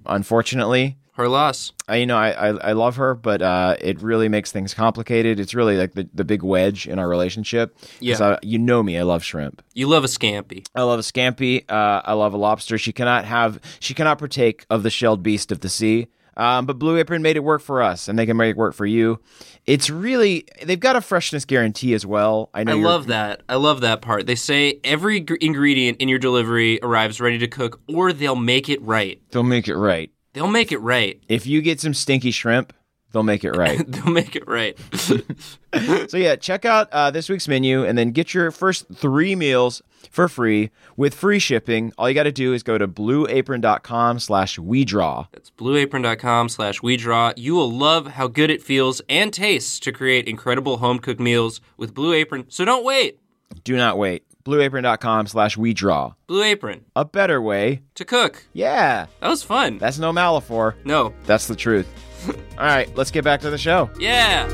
Speaker 2: unfortunately.
Speaker 3: Her loss.
Speaker 2: I, you know, I, I, I love her, but uh, it really makes things complicated. It's really like the, the big wedge in our relationship. 'Cause
Speaker 3: Yeah.
Speaker 2: I- you know me, I love shrimp.
Speaker 3: You love a scampi.
Speaker 2: I love a scampi. Uh, I love a lobster. She cannot have, she cannot partake of the shelled beast of the sea. Um, but Blue Apron made it work for us, and they can make it work for you. It's really they've got a freshness guarantee as well. I know
Speaker 3: I
Speaker 2: you're-
Speaker 3: love that. I love that part. They say every gr- ingredient in your delivery arrives ready to cook, or they'll make it right.
Speaker 2: they'll make it right.
Speaker 3: They'll make it right.
Speaker 2: If you get some stinky shrimp, they'll make it right.
Speaker 3: They'll make it right.
Speaker 2: So yeah, check out uh, this week's menu and then get your first three meals for free with free shipping. All you got to do is go to blueapron.com slash we draw.
Speaker 3: That's blueapron.com slash we draw. You will love how good it feels and tastes to create incredible home cooked meals with Blue Apron. So don't wait.
Speaker 2: Do not wait. blueapron.com slash we draw.
Speaker 3: Blue Apron
Speaker 2: A better way.
Speaker 3: to cook.
Speaker 2: Yeah,
Speaker 3: That was fun.
Speaker 2: that's no malaphor.
Speaker 3: No.
Speaker 2: That's the truth. All right, let's get back to the show.
Speaker 3: Yeah.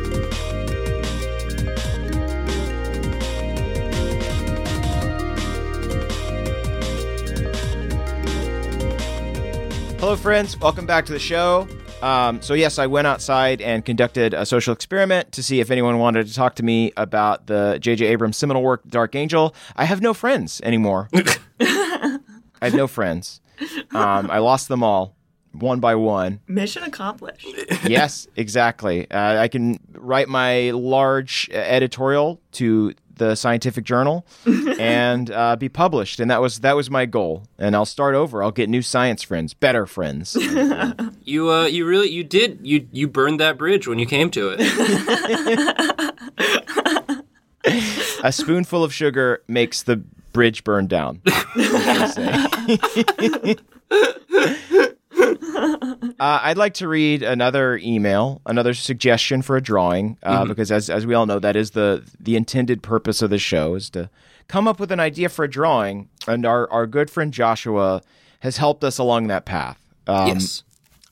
Speaker 2: Hello, friends. Welcome back to the show. Um, so, yes, I went outside and conducted a social experiment to see if anyone wanted to talk to me about the J.J. Abrams seminal work, Dark Angel. I have no friends anymore. I have no friends. Um, I lost them all one by one.
Speaker 4: Mission accomplished.
Speaker 2: Yes, exactly. Uh, I can write my large uh, editorial to the scientific journal and uh, be published and that was that was my goal and i'll start over i'll get new science friends better friends
Speaker 3: You uh you really you did you you burned that bridge when you came to it.
Speaker 2: a spoonful of sugar makes the bridge burn down. That's what they say. uh, I'd like to read another email, another suggestion for a drawing, uh, because as as we all know, that is the the intended purpose of the show is to come up with an idea for a drawing. And our our good friend Joshua has helped us along that path. Um,
Speaker 3: yes.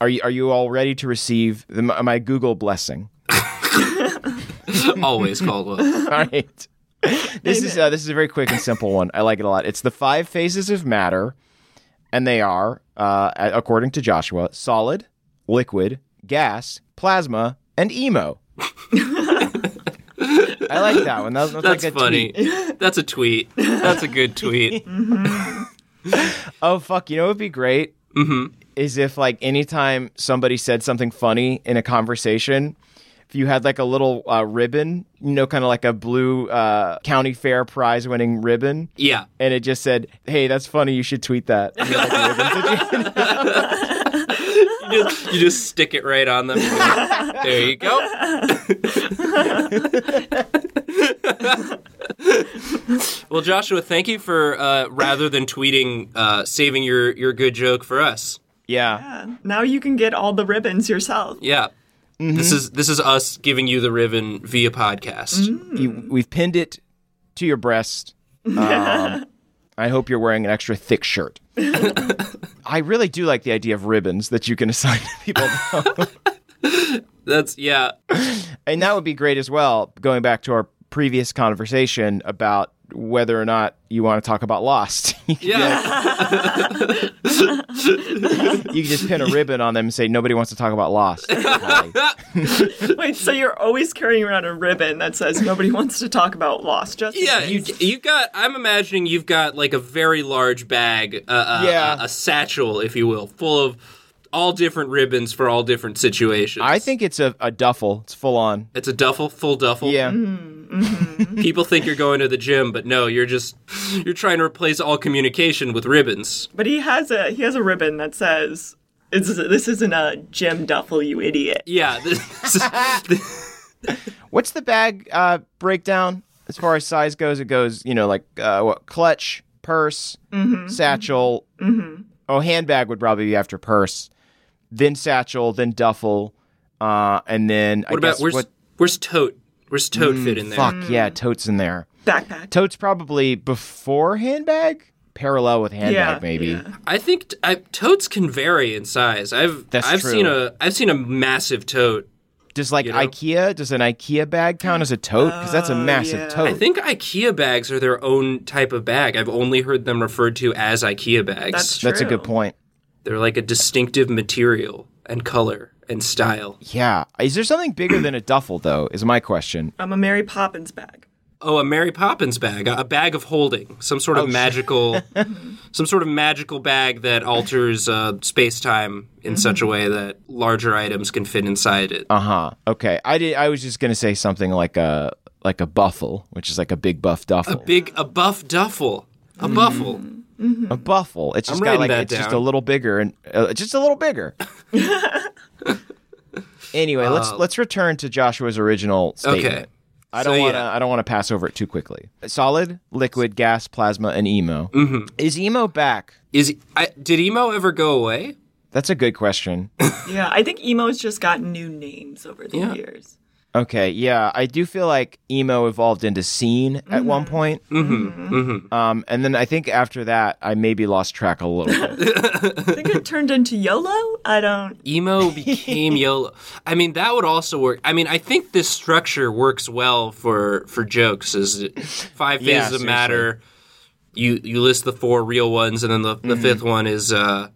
Speaker 2: Are you are you all ready to receive the, my Google blessing?
Speaker 3: Always Caldwell.
Speaker 2: All right. This is uh, this is a very quick and simple one. I like it a lot. It's the five phases of matter, and they are, uh, a- according to Joshua, solid, liquid, gas, plasma, and emo. I like that one. That, that's
Speaker 3: That's
Speaker 2: like a
Speaker 3: funny.
Speaker 2: tweet.
Speaker 3: That's a tweet. That's a good tweet.
Speaker 2: Oh fuck! You know what'd be great
Speaker 3: Mm-hmm.
Speaker 2: is if like anytime somebody said something funny in a conversation, if you had like a little uh, ribbon, you know, kind of like a blue uh, county fair prize winning ribbon.
Speaker 3: Yeah.
Speaker 2: and it just said, "Hey, that's funny. You should tweet that." And you're like, "Ribbons again."
Speaker 3: You just, you just stick it right on them. There you go. well, Joshua, thank you for uh, rather than tweeting, uh, saving your, your good joke for us.
Speaker 2: yeah,
Speaker 4: Now you can get all the ribbons yourself.
Speaker 3: Yeah.
Speaker 2: Mm-hmm.
Speaker 3: This is this is us giving you the ribbon via podcast.
Speaker 2: You- we've pinned it to your breast. Um, I hope you're wearing an extra thick shirt. I really do like the idea of ribbons that you can assign to people, though.
Speaker 3: That's yeah.
Speaker 2: and that would be great as well. Going back to our previous conversation about whether or not you want to talk about Lost, you
Speaker 3: Yeah.
Speaker 2: can just pin a ribbon on them and say nobody wants to talk about Lost. Allie.
Speaker 4: Wait, so you're always carrying around a ribbon that says nobody wants to talk about Lost? Just in
Speaker 3: Yeah,
Speaker 4: case.
Speaker 3: you you got. I'm imagining you've got like a very large bag, uh, uh,
Speaker 2: Yeah.
Speaker 3: a, a satchel, if you will, full of all different ribbons for all different situations.
Speaker 2: I think it's a, a duffel. It's full on.
Speaker 3: it's a duffel, full duffel.
Speaker 2: Yeah.
Speaker 3: people think you're going to the gym, but no, you're just you're trying to replace all communication with ribbons.
Speaker 4: But he has a he has a ribbon that says this, is- this isn't a Jim Duffel, you idiot.
Speaker 3: Yeah, this is-
Speaker 2: What's the bag uh, breakdown as far as size goes? It goes, you know, like uh, what clutch, purse, satchel. Mm-hmm. Oh, handbag would probably be after purse, then satchel, then duffel, uh, and then I
Speaker 3: what about
Speaker 2: guess
Speaker 3: where's
Speaker 2: what? Mm,
Speaker 3: where's tote? Where's tote fit in there?
Speaker 2: Fuck yeah,
Speaker 4: Mm.
Speaker 2: totes in there.
Speaker 4: Backpack.
Speaker 2: Totes probably before handbag, parallel with handbag
Speaker 4: Yeah,
Speaker 2: maybe.
Speaker 3: I think t- I, totes can vary in size. I've
Speaker 2: That's
Speaker 3: I've
Speaker 2: true.
Speaker 3: seen a I've seen a massive tote.
Speaker 2: Does like
Speaker 3: You know?
Speaker 2: IKEA? Does an IKEA bag count as a tote? Because that's a massive
Speaker 4: Oh, yeah.
Speaker 2: tote.
Speaker 3: I think IKEA bags are their own type of bag. I've only heard them referred to as IKEA bags.
Speaker 4: That's true.
Speaker 2: that's a good point.
Speaker 3: They're like a distinctive material and color and style.
Speaker 2: Yeah. Is there something bigger than a duffel though? Is my question.
Speaker 4: I'm a Mary Poppins bag.
Speaker 3: Oh, a Mary Poppins bag, a bag of holding, some sort of magical, some sort of magical bag that alters uh, space time in such a way that larger items can fit inside it.
Speaker 2: Uh huh. Okay. I did. I was just gonna say something like a like a buffle, which is like a big buff duffel. A,
Speaker 3: Big, a buff duffel, a buffle.
Speaker 2: buffle. It's just
Speaker 3: I'm
Speaker 2: got
Speaker 3: writing
Speaker 2: like
Speaker 3: that
Speaker 2: it's just a
Speaker 3: down.
Speaker 2: little bigger and uh, just a little bigger. anyway, let's let's return to Joshua's original statement.
Speaker 3: Uh, Okay.
Speaker 2: I don't
Speaker 3: So,
Speaker 2: want to.
Speaker 3: yeah.
Speaker 2: I don't want to pass over it too quickly. Solid, liquid, gas, plasma, and emo. Mm-hmm. Is emo back?
Speaker 3: Is I, did emo ever go away?
Speaker 2: That's a good question.
Speaker 4: Yeah, I think emo's just got new names over the
Speaker 3: Yeah.
Speaker 4: years.
Speaker 2: Okay, yeah, I do feel like emo evolved into scene at one point. Mm-hmm. Mm-hmm. Um, and then I think after that, I maybe lost track a little bit.
Speaker 4: I think it turned into YOLO. I don't.
Speaker 3: Emo became YOLO. I mean, that would also work. I mean, I think this structure works well for for jokes. Is it five phases
Speaker 2: Yeah,
Speaker 3: of
Speaker 2: seriously.
Speaker 3: matter? You you list the four real ones, and then the, the fifth one is uh,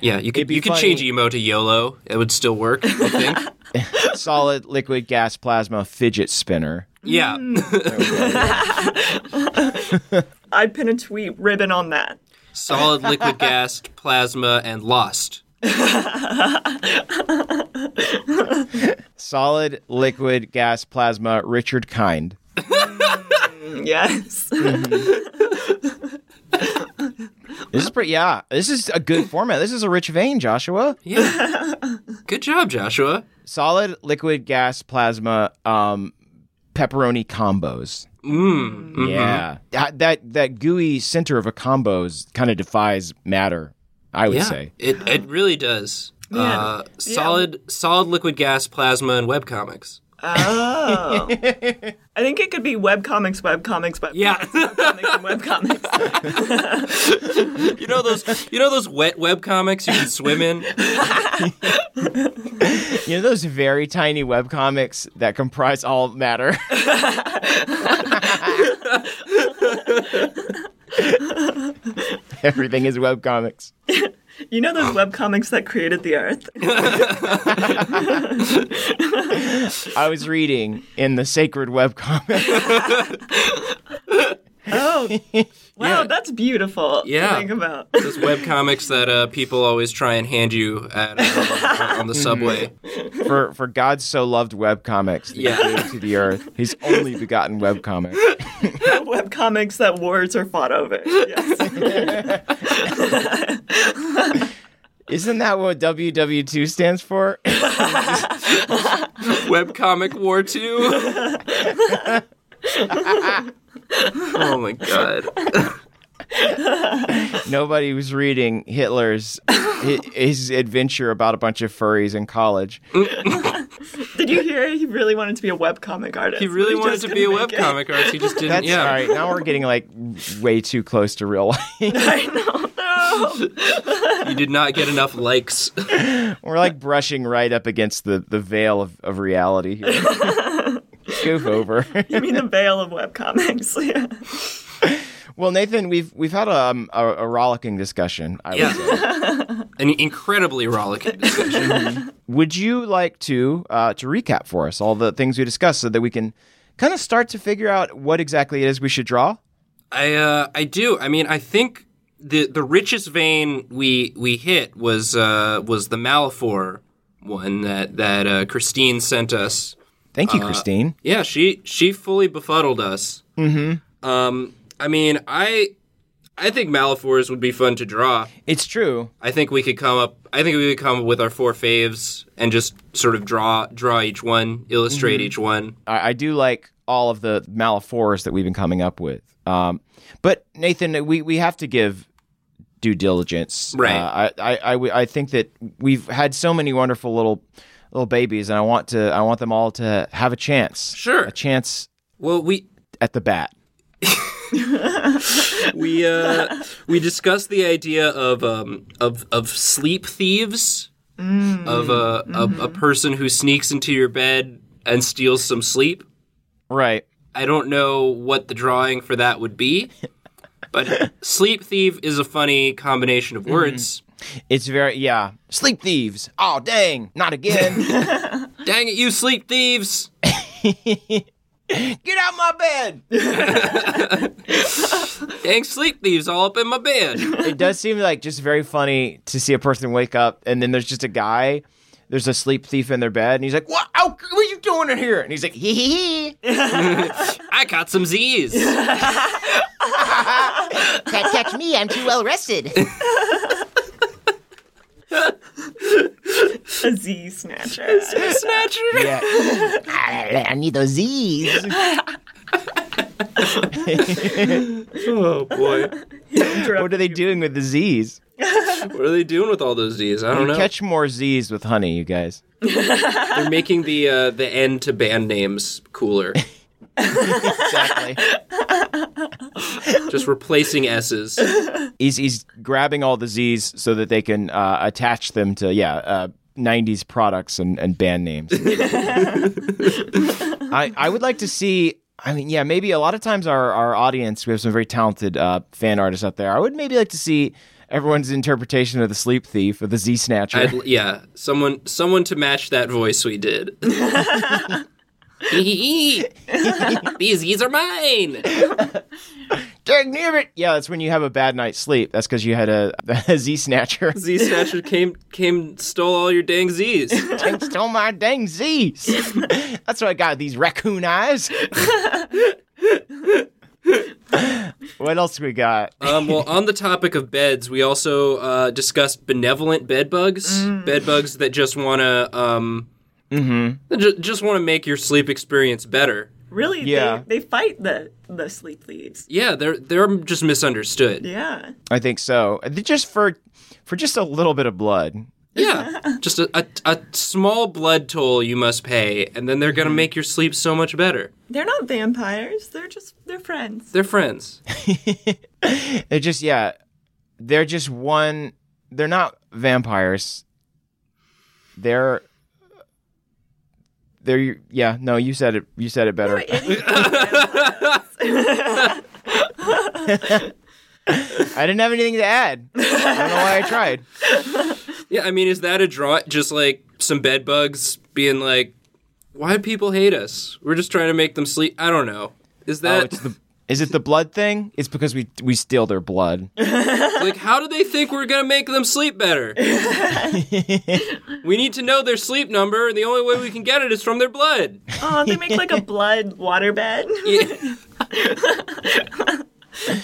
Speaker 3: yeah. You could
Speaker 2: Mm-hmm. be
Speaker 3: you could
Speaker 2: funny.
Speaker 3: change emo to YOLO. It would still work. I think.
Speaker 2: Solid, liquid, gas, plasma, fidget spinner.
Speaker 3: yeah.
Speaker 2: Mm.
Speaker 4: I'd pin a tweet ribbon on that.
Speaker 3: Solid liquid gas, plasma, and lost.
Speaker 2: Solid, liquid, gas, plasma, Richard Kind.
Speaker 4: Yes.
Speaker 2: This is pretty, yeah, this is a good format. This is a rich vein, Joshua.
Speaker 3: Yeah. Good job, Joshua.
Speaker 2: Solid, liquid, gas, plasma, um, pepperoni combos.
Speaker 3: Mm. mhm.
Speaker 2: Yeah. That, that, that gooey center of a combo kind of defies matter, I would
Speaker 3: Yeah,
Speaker 2: say.
Speaker 3: it it really does. Uh,
Speaker 4: Man.
Speaker 3: solid solid liquid gas plasma and web comics.
Speaker 4: Oh. I think it could be web comics, web comics, web
Speaker 3: Yeah.
Speaker 4: comics, and web comics.
Speaker 3: You know those you know those wet web comics you can swim in?
Speaker 2: You know those very tiny webcomics that comprise all matter? Everything is webcomics.
Speaker 4: You know those web comics that created the earth?
Speaker 2: I was reading in the sacred webcomic.
Speaker 4: Oh. Wow, that's beautiful
Speaker 3: Yeah.
Speaker 4: to think about.
Speaker 3: Those web comics that uh, people always try and hand you at, uh, on the subway.
Speaker 2: Mm-hmm. for for God so loved webcomics that he
Speaker 3: Yeah.
Speaker 2: gave to the earth. His only begotten webcomic.
Speaker 4: web comics that wars are fought over. Yes.
Speaker 2: Isn't that what WW2 stands for?
Speaker 3: Webcomic War 2. oh my god.
Speaker 2: Nobody was reading Hitler's hi- his adventure about a bunch of furries in college.
Speaker 4: Did you hear he really wanted to be a web comic artist?
Speaker 3: He really
Speaker 4: but
Speaker 3: wanted
Speaker 4: just
Speaker 3: to be a
Speaker 4: couldn't make it.
Speaker 3: webcomic artist. He just didn't.
Speaker 2: That's
Speaker 3: yeah.
Speaker 2: all right. Now we're getting like way too close to real life.
Speaker 4: I know. No.
Speaker 3: You did not get enough likes.
Speaker 2: we're like brushing right up against the the veil of, of reality here. Goof over.
Speaker 4: I mean, the veil of webcomics. Yeah.
Speaker 2: well, Nathan, we've we've had um, a, a rollicking discussion. I would say.
Speaker 3: Yeah. An incredibly rollicking discussion.
Speaker 2: would you like to uh, to recap for us all the things we discussed so that we can kind of start to figure out what exactly it is we should draw?
Speaker 3: I uh, I do. I mean, I think the the richest vein we we hit was uh, was the Malifor one that that uh, Christine sent us.
Speaker 2: Thank you, Christine.
Speaker 3: Yeah, she she fully befuddled us. Mm-hmm. Um, I mean, I I think Malifors would be fun to draw.
Speaker 2: It's true.
Speaker 3: I think we could come up. I think we could come up with our four faves and just sort of draw draw each one, illustrate each one.
Speaker 2: I, I do like all of the Malifors that we've been coming up with. Um, but Nathan, we, we have to give due diligence.
Speaker 3: Right.
Speaker 2: Uh, I, I, I w- I think that we've had so many wonderful little little babies, and I want to I want them all to have a chance.
Speaker 3: Sure.
Speaker 2: A chance
Speaker 3: Well, we
Speaker 2: at the bat.
Speaker 3: we uh, we discussed the idea of um, of of sleep thieves, of a, a a person who sneaks into your bed and steals some sleep.
Speaker 2: Right.
Speaker 3: I don't know what the drawing for that would be, but sleep thief is a funny combination of words.
Speaker 2: It's very yeah. Sleep thieves. Oh dang! Not again.
Speaker 3: Dang it, you sleep thieves!
Speaker 2: Get out my bed.
Speaker 3: Dang sleep thieves all up in my bed.
Speaker 2: it does seem like just very funny to see a person wake up and then there's just a guy. There's a sleep thief in their bed, and he's like, "What? Oh, what are you doing in here?" And he's like, "Hee hee hee,
Speaker 3: I caught some Z's.
Speaker 2: can't catch me. I'm too well rested."
Speaker 4: A Z snatcher.
Speaker 3: Snatcher.
Speaker 2: yeah, I need those Z's.
Speaker 3: Oh boy,
Speaker 2: What are they doing with the Z's?
Speaker 3: what are they doing with all those Z's? I don't know.
Speaker 2: Catch more Z's with honey, you guys.
Speaker 3: They're making the uh, the end to band names cooler.
Speaker 2: Exactly.
Speaker 3: Just replacing S's.
Speaker 2: he's he's grabbing all the Z's so that they can uh, attach them to yeah uh, '90s products and, and band names. I I would like to see. I mean, yeah, maybe a lot of times our our audience we have some very talented uh, fan artists out there. I would maybe like to see everyone's interpretation of the sleep thief or the Z snatcher.
Speaker 3: I'd, yeah, someone someone to match that voice we did. These Z's are mine.
Speaker 2: Dang near it! Yeah, that's when you have a bad night's sleep. That's because you had a, a Z snatcher.
Speaker 3: Z Snatcher came came stole all your dang Z's.
Speaker 2: Dang, stole my dang Z's. That's why I got these raccoon eyes. what else we got?
Speaker 3: Um, well, on the topic of beds, we also uh, discussed benevolent bed bugs, bed bugs that just want to um, that ju- just want to make your sleep experience better.
Speaker 4: Really?
Speaker 2: Yeah.
Speaker 4: They, they fight the, the sleep thieves.
Speaker 3: Yeah, they're they're just misunderstood.
Speaker 4: Yeah.
Speaker 2: I think so. Just for for just a little bit of blood.
Speaker 3: Yeah, just a, a, a small blood toll you must pay, and then they're
Speaker 2: Mm-hmm.
Speaker 3: gonna make your sleep so much better.
Speaker 4: They're not vampires. They're just they're friends.
Speaker 3: They're friends.
Speaker 2: They're just yeah, they're just one. They're not vampires. They're they're yeah. No, you said it. You said it better. I didn't have anything to add. I don't know why I tried.
Speaker 3: Yeah, I mean, is that a draw? Just like some bed bugs being like, "Why do people hate us? We're just trying to make them sleep." I don't know. Is
Speaker 2: Oh,
Speaker 3: that
Speaker 2: it's the is it the blood thing? It's because we we steal their blood.
Speaker 3: like how do they think we're gonna make them sleep better? we need to know their sleep number, and the only way we can get it is from their blood.
Speaker 4: Oh, they make like a blood waterbed.
Speaker 3: Yeah.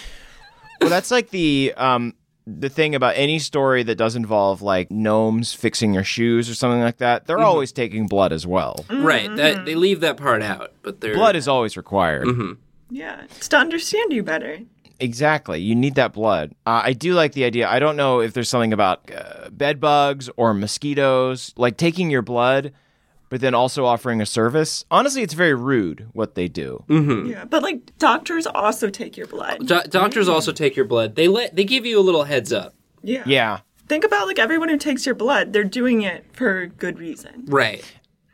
Speaker 2: Well, that's like the um the thing about any story that does involve like gnomes fixing your shoes or something like that. They're always taking blood as well.
Speaker 3: right. That they leave that part out, but their
Speaker 2: Mm-hmm. Blood is always required.
Speaker 4: Yeah, it's to understand you better.
Speaker 2: Exactly. You need that blood. Uh, I do like the idea. I don't know if there's something about uh, bed bugs or mosquitoes, like taking your blood, but then also offering a service. Honestly, it's very rude what they do.
Speaker 3: Hmm.
Speaker 4: Yeah, but like doctors also take your blood.
Speaker 3: Do-
Speaker 2: Mm-hmm.
Speaker 3: doctors also take your blood. They let they give you a little heads up.
Speaker 4: Yeah.
Speaker 2: Yeah.
Speaker 4: Think about like everyone who takes your blood. They're doing it for good reason.
Speaker 3: Right.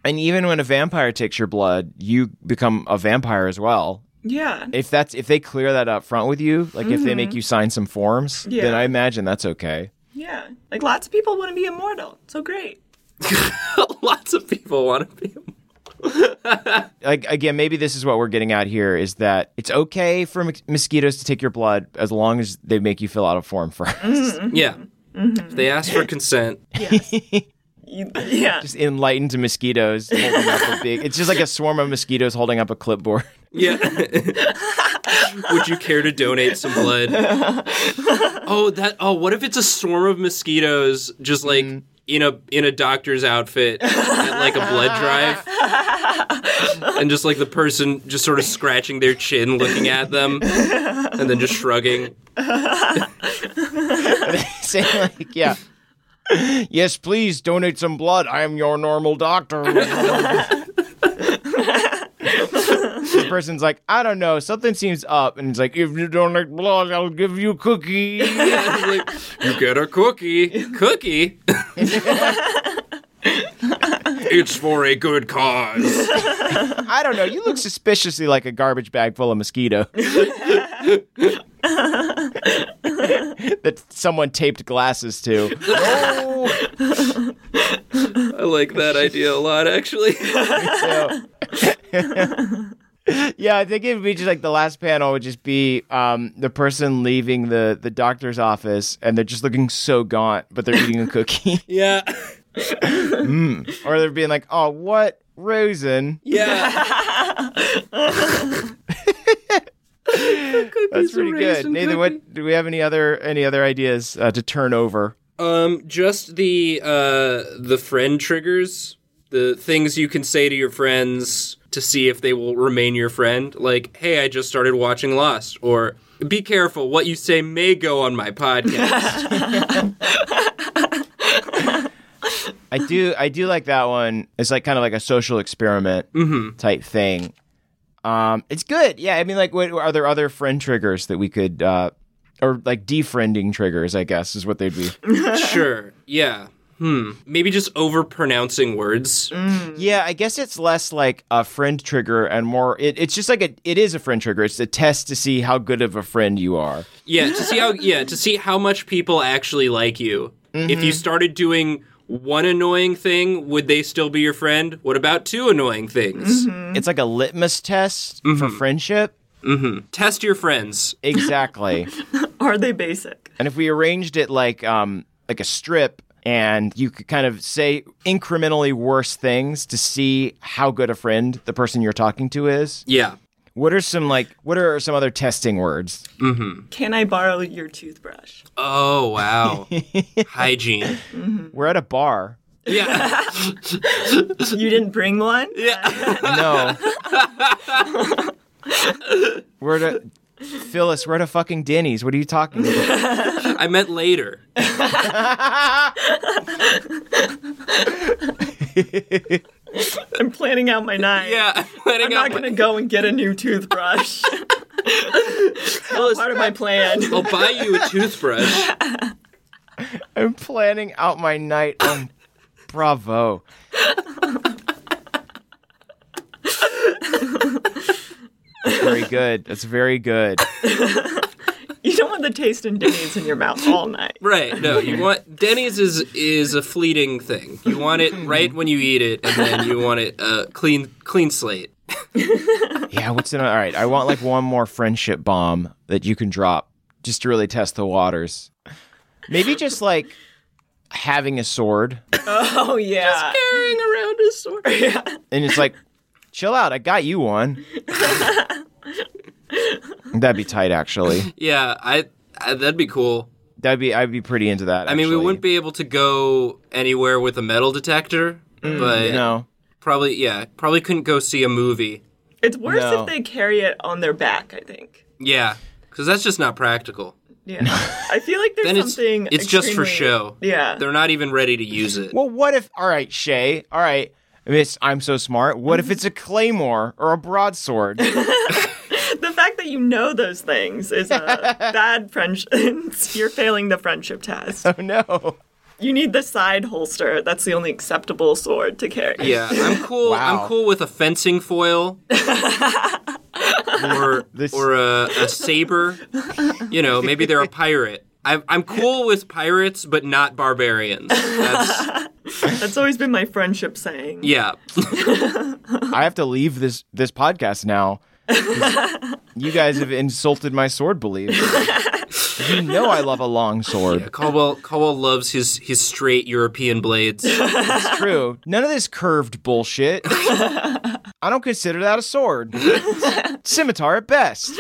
Speaker 2: And even when a vampire takes your blood, you become a vampire as well.
Speaker 4: Yeah.
Speaker 2: If that's if they clear that up front with you, like if they make you sign some forms, then
Speaker 4: Yeah.
Speaker 2: I imagine that's okay.
Speaker 4: Yeah. Like lots of people want to be immortal. So great.
Speaker 3: Lots of people want to be.
Speaker 2: like again, maybe this is what we're getting at here is that it's okay for m- mosquitoes to take your blood as long as they make you fill out a form first.
Speaker 3: Yeah. If they ask for consent.
Speaker 4: You- yeah.
Speaker 2: just enlightened to mosquitoes holding up a big. It's just like a swarm of mosquitoes holding up a clipboard.
Speaker 3: Yeah. Would you care to donate some blood? Oh, that oh, what if it's a swarm of mosquitoes just like in a in a doctor's outfit at like a blood drive? and just like the person just sort of scratching their chin looking at them and then just shrugging.
Speaker 2: Saying like, yeah. Yes, please donate some blood. I am your normal doctor. the person's like, I don't know, something seems up, and it's like, if you donate blood, I'll give you cookies.
Speaker 3: It's like, you get a cookie. Cookie? it's for a good cause.
Speaker 2: I don't know. You look suspiciously like a garbage bag full of mosquitoes. that someone taped glasses to. No.
Speaker 3: I like that idea a lot, actually.
Speaker 2: So- yeah, I think it would be just like the last panel would just be um, the person leaving the, the doctor's office and they're just looking so gaunt, but they're eating a cookie.
Speaker 3: Yeah.
Speaker 2: or they're being like, oh, what? Rosen.
Speaker 3: Yeah.
Speaker 2: That's pretty good. Nathan, what do we have any other any other ideas uh, to turn over?
Speaker 3: Um, just the uh the friend triggers, the things you can say to your friends to see if they will remain your friend. Like, hey, I just started watching Lost, or be careful, what you say may go on my podcast.
Speaker 2: I do I do like that one. It's like kind of like a social experiment type thing. Um, it's good. Yeah, I mean, like, what are there other friend triggers that we could, uh, or like defriending triggers? I guess is what they'd be.
Speaker 3: sure. Yeah. Hmm. Maybe just over pronouncing words.
Speaker 2: yeah, I guess it's less like a friend trigger and more. It, it's just like a. It is a friend trigger. It's a test to see how good of a friend you are.
Speaker 3: Yeah, to see how yeah, to see how much people actually like you. If you started doing one annoying thing, would they still be your friend? What about two annoying things?
Speaker 2: It's like a litmus test for friendship.
Speaker 3: Test your friends.
Speaker 2: Exactly.
Speaker 4: Are they basic?
Speaker 2: And if we arranged it like um like a strip and you could kind of say incrementally worse things to see how good a friend the person you're talking to is.
Speaker 3: Yeah.
Speaker 2: What are some like what are some other testing words?
Speaker 4: Can I borrow your toothbrush?
Speaker 3: Oh wow. Hygiene.
Speaker 2: We're at a bar.
Speaker 3: Yeah.
Speaker 4: You didn't bring one?
Speaker 3: Yeah.
Speaker 2: No. We're at a Phyllis, we're at a fucking Denny's. What are you talking about?
Speaker 3: I meant later.
Speaker 4: I'm planning out my night.
Speaker 3: Yeah, I'm letting
Speaker 4: I'm
Speaker 3: out
Speaker 4: not
Speaker 3: my-
Speaker 4: gonna go and get a new toothbrush. That's part of my plan.
Speaker 2: Oh.
Speaker 3: I'll buy you a toothbrush.
Speaker 2: I'm planning out my night on Bravo. very good. That's very good.
Speaker 4: You don't want the taste in Denny's in your mouth all night.
Speaker 3: Right. No, you want Denny's is is a fleeting thing. You want it right when you eat it, and then you want it uh, clean clean slate.
Speaker 2: Yeah, what's in all right? I want like one more friendship bomb that you can drop just to really test the waters. Maybe just like having a sword
Speaker 4: Oh yeah.
Speaker 3: Carrying around a sword.
Speaker 2: and it's like, chill out, I got you one. That'd be tight actually.
Speaker 3: Yeah, I, I that'd be cool.
Speaker 2: That'd be I'd be pretty into that.
Speaker 3: I mean, we
Speaker 2: actually.
Speaker 3: wouldn't be able to go anywhere with a metal detector, but
Speaker 2: Mm, No.
Speaker 3: probably yeah, probably couldn't go see a movie.
Speaker 4: It's worse
Speaker 2: No.
Speaker 4: if they carry it on their back, I think.
Speaker 3: Yeah, because that's just not practical.
Speaker 4: Yeah. I feel like there's
Speaker 3: Then it's-
Speaker 4: something
Speaker 3: it's just for
Speaker 4: extremely-
Speaker 3: show.
Speaker 4: Yeah.
Speaker 3: They're not even ready to use it.
Speaker 2: Well, what if? All right, Shay. All right, Miss. I'm so smart. What if it's a claymore or a broadsword?
Speaker 4: The fact that you know those things is a bad friendship. You're failing the friendship test.
Speaker 2: oh no.
Speaker 4: You need the side holster. That's the only acceptable sword to carry.
Speaker 3: Yeah, I'm cool.
Speaker 2: Wow.
Speaker 3: I'm cool with a fencing foil, or
Speaker 2: This-
Speaker 3: or a, a saber. You know, maybe they're a pirate. I'm I'm cool with pirates, but not barbarians. That's,
Speaker 4: That's always been my friendship saying.
Speaker 3: yeah,
Speaker 2: I have to leave this this podcast now. 'Cause You guys have insulted my sword beliefs. You know I love a long sword.
Speaker 3: Caldwell Caldwell loves his his straight European blades.
Speaker 2: It's true. None of this curved bullshit. I don't consider that a sword. Scimitar at best.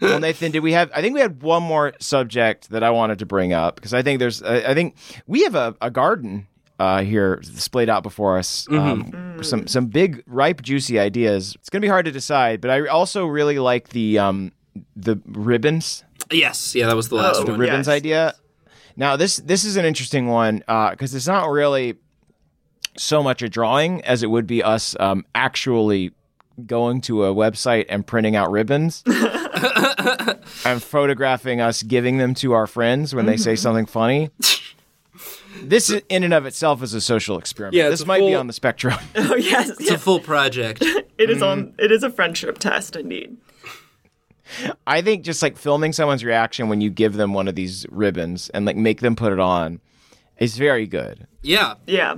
Speaker 2: well, Nathan, did we have? I think we had one more subject that I wanted to bring up because I think there's. I, I think we have a, a garden uh, here displayed out before us. Um, Some some big ripe juicy ideas. It's gonna be hard to decide, but I also really like the um the ribbons
Speaker 3: Yes, yeah, that was the last
Speaker 4: Oh,
Speaker 3: one.
Speaker 4: yeah.
Speaker 2: ribbons
Speaker 4: Yes.
Speaker 2: idea. Now this this is an interesting one because it's not really so much a drawing as it would be us um, actually going to a website and printing out ribbons and photographing us giving them to our friends when they say
Speaker 3: Mm-hmm.
Speaker 2: something funny. This is, in and of itself is a social experiment.
Speaker 3: Yeah, it's
Speaker 2: this
Speaker 3: a
Speaker 2: might be
Speaker 3: full-
Speaker 2: on the spectrum.
Speaker 4: Oh yes,
Speaker 3: It's a Mm.
Speaker 4: yes.
Speaker 3: full project.
Speaker 4: it is on. It is a friendship test indeed.
Speaker 2: I think just like filming someone's reaction when you give them one of these ribbons and like make them put it on is very good.
Speaker 3: Yeah,
Speaker 4: Yeah.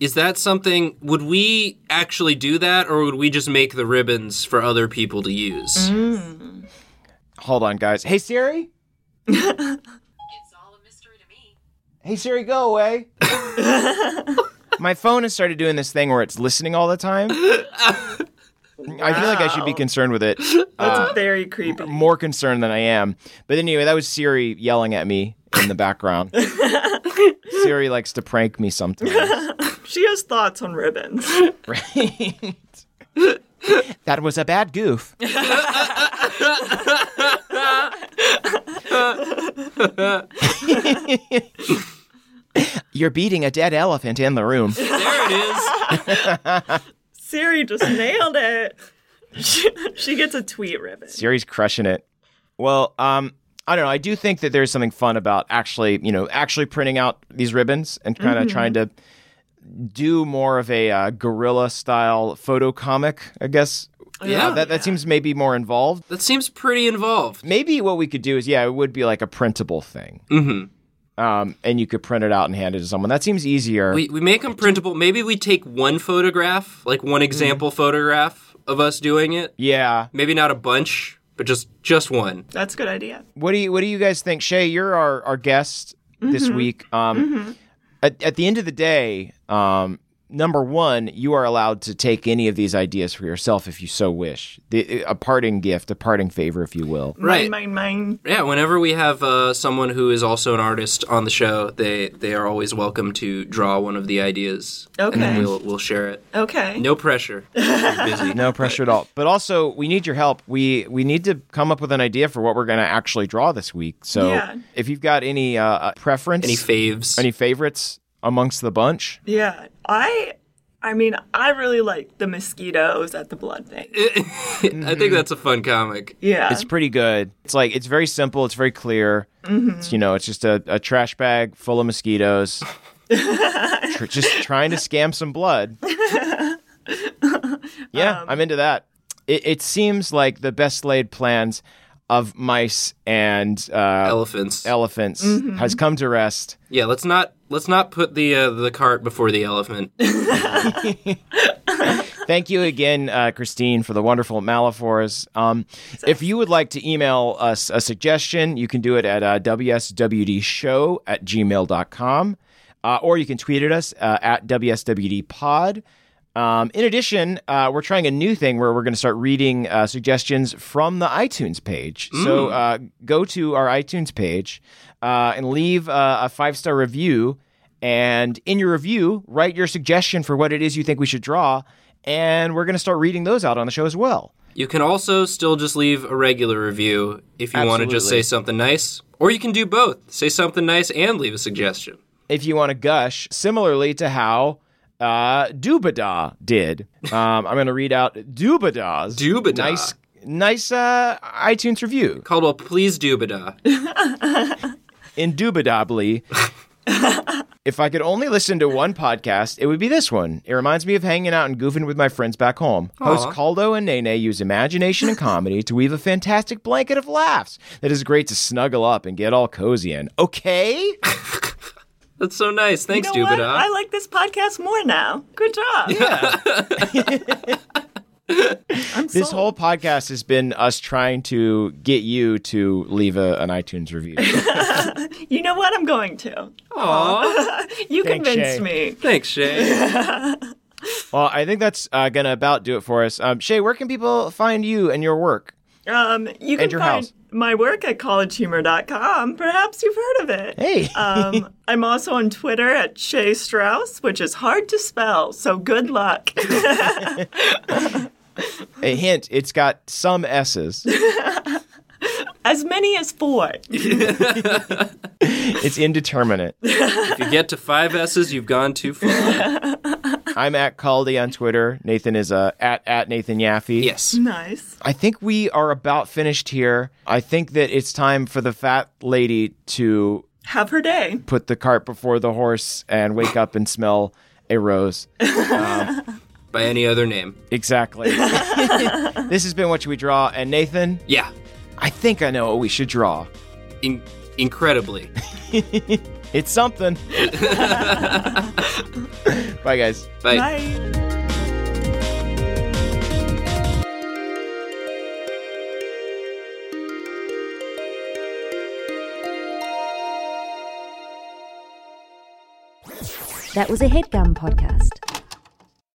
Speaker 3: is that something? Would we actually do that, or would we just make the ribbons for other people to use?
Speaker 2: Mm. Hold on, guys. Hey Siri.
Speaker 6: It's all a mystery to me.
Speaker 2: Hey Siri, go away. My phone has started doing this thing where it's listening all the time. I feel like I should be
Speaker 4: Wow.
Speaker 2: concerned with it.
Speaker 4: That's
Speaker 2: Uh,
Speaker 4: very creepy.
Speaker 3: mm.
Speaker 2: more concerned than I am. But anyway, that was Siri yelling at me in the background. Siri likes to prank me sometimes.
Speaker 4: She has thoughts on ribbons.
Speaker 2: Right? that was a bad goof. You're beating a dead elephant in the room.
Speaker 3: There it is.
Speaker 4: Siri just nailed it. She, she gets a tweet ribbon.
Speaker 2: Siri's crushing it. Well, um, I don't know. I do think that there's something fun about actually, you know, actually printing out these ribbons and kind of trying to do more of a uh, guerrilla style photo comic. I guess. Uh,
Speaker 3: Oh, Yeah.
Speaker 2: that that seems maybe more involved.
Speaker 3: That seems pretty involved.
Speaker 2: Maybe what we could do is, yeah, it would be like a printable thing. Mm-hmm. Um, and you could print it out and hand it to someone. That seems easier.
Speaker 3: We, we make them printable. Maybe we take one photograph, like
Speaker 2: Mm-hmm.
Speaker 3: one example photograph of us doing it.
Speaker 2: yeah.
Speaker 3: Maybe not a bunch, but just just one.
Speaker 4: That's a good idea.
Speaker 2: What do you What do you guys think, Shay? You're our our guest this week. Um, at, at the end of the day, um, number one, you are allowed to take any of these ideas for yourself if you so wish. The, a parting gift, a parting favor, if you will.
Speaker 3: Right.
Speaker 4: Mine, mine, mine.
Speaker 3: Yeah, whenever we have uh, someone who is also an artist on the show, they they are always welcome to draw one of the ideas, and then
Speaker 4: Okay.
Speaker 3: we'll we'll share it.
Speaker 4: Okay.
Speaker 3: No pressure. You're busy.
Speaker 2: No pressure at all. But also, we need your help. We we need to come up with an idea for what we're going to actually draw this week. So,
Speaker 4: Yeah.
Speaker 2: if you've got any uh, uh, preference,
Speaker 3: Any faves?
Speaker 2: any favorites amongst the bunch,
Speaker 4: Yeah. I I mean, I really like the mosquitoes at the blood bank.
Speaker 3: I
Speaker 4: Mm-hmm.
Speaker 3: think that's a fun comic.
Speaker 4: Yeah.
Speaker 2: it's pretty good. It's like it's very simple. It's very clear. It's, you know, it's just a, a trash bag full of mosquitoes, Tr- just trying to scam some blood. yeah, I'm into that. It, it seems like the best laid plans of mice and uh,
Speaker 3: Elephants.
Speaker 2: elephants has come to rest.
Speaker 3: yeah, let's not let's not put the uh, the cart before the elephant.
Speaker 2: Thank you again, uh, Christine, for the wonderful Malafores. Um, if you would like to email us a suggestion, you can do it at uh, wswdshow at gmail.com, uh, or you can tweet at us uh, at wswdpod. Um, in addition, uh, we're trying a new thing where we're going to start reading uh, suggestions from the iTunes page. So uh, go to our iTunes page uh, and leave uh, a five star review. And in your review, write your suggestion for what it is you think we should draw. And we're going to start reading those out on the show as well.
Speaker 3: You can also still just leave a regular review if you want to just say
Speaker 2: Absolutely.
Speaker 3: something nice, or you can do both. Say something nice and leave a suggestion.
Speaker 2: If you want to gush, similarly to how uh, Dubada did. Um, I'm going to read out Dubada's
Speaker 3: Dubada.
Speaker 2: nice, nice uh, iTunes review.
Speaker 3: Caldwell, please do uh, bada.
Speaker 2: indubitably. if I could only listen to one podcast, it would be this one. It reminds me of hanging out and goofing with my friends back home. Hosts Caldo and Nene use imagination and comedy to weave a fantastic blanket of laughs that is great to snuggle up and get all cozy in. Okay?
Speaker 3: That's so nice. Thanks,
Speaker 4: you know what?
Speaker 3: Dubada.
Speaker 4: I like this podcast more now. Good job. I'm
Speaker 2: This
Speaker 4: sold.
Speaker 2: whole podcast has been us trying to get you to leave a, an iTunes review.
Speaker 4: You know what? I'm going to.
Speaker 3: Aw.
Speaker 4: You
Speaker 2: Thanks,
Speaker 4: convinced
Speaker 2: Oh, Shay.
Speaker 4: me.
Speaker 3: Thanks, Shay.
Speaker 2: well, I think that's uh, going to about do it for us. Um, Shay, where can people find you and your work?
Speaker 4: Um, you can
Speaker 2: your
Speaker 4: find
Speaker 2: house.
Speaker 4: my work at collegehumor.com. Perhaps you've heard of it.
Speaker 2: Hey.
Speaker 4: Um, I'm also on Twitter at Shay Strauss, which is hard to spell, so good luck.
Speaker 2: a hint, it's got some S's.
Speaker 4: as many as four.
Speaker 2: It's indeterminate.
Speaker 3: if you get to five S's, you've gone too far.
Speaker 2: I'm at Caldy on Twitter. Nathan is uh, at at Nathan Yaffe.
Speaker 3: Yes.
Speaker 4: Nice.
Speaker 2: I think we are about finished here. I think that it's time for the fat lady to
Speaker 4: Have her day.
Speaker 2: put the cart before the horse and wake up and smell a rose.
Speaker 3: By any other name.
Speaker 2: Exactly. this has been what should we draw? And Nathan,
Speaker 3: Yeah.
Speaker 2: I think I know what we should draw.
Speaker 3: In- incredibly.
Speaker 2: It's something. Bye, guys.
Speaker 3: Bye.
Speaker 4: Bye.
Speaker 1: That was a headgum podcast.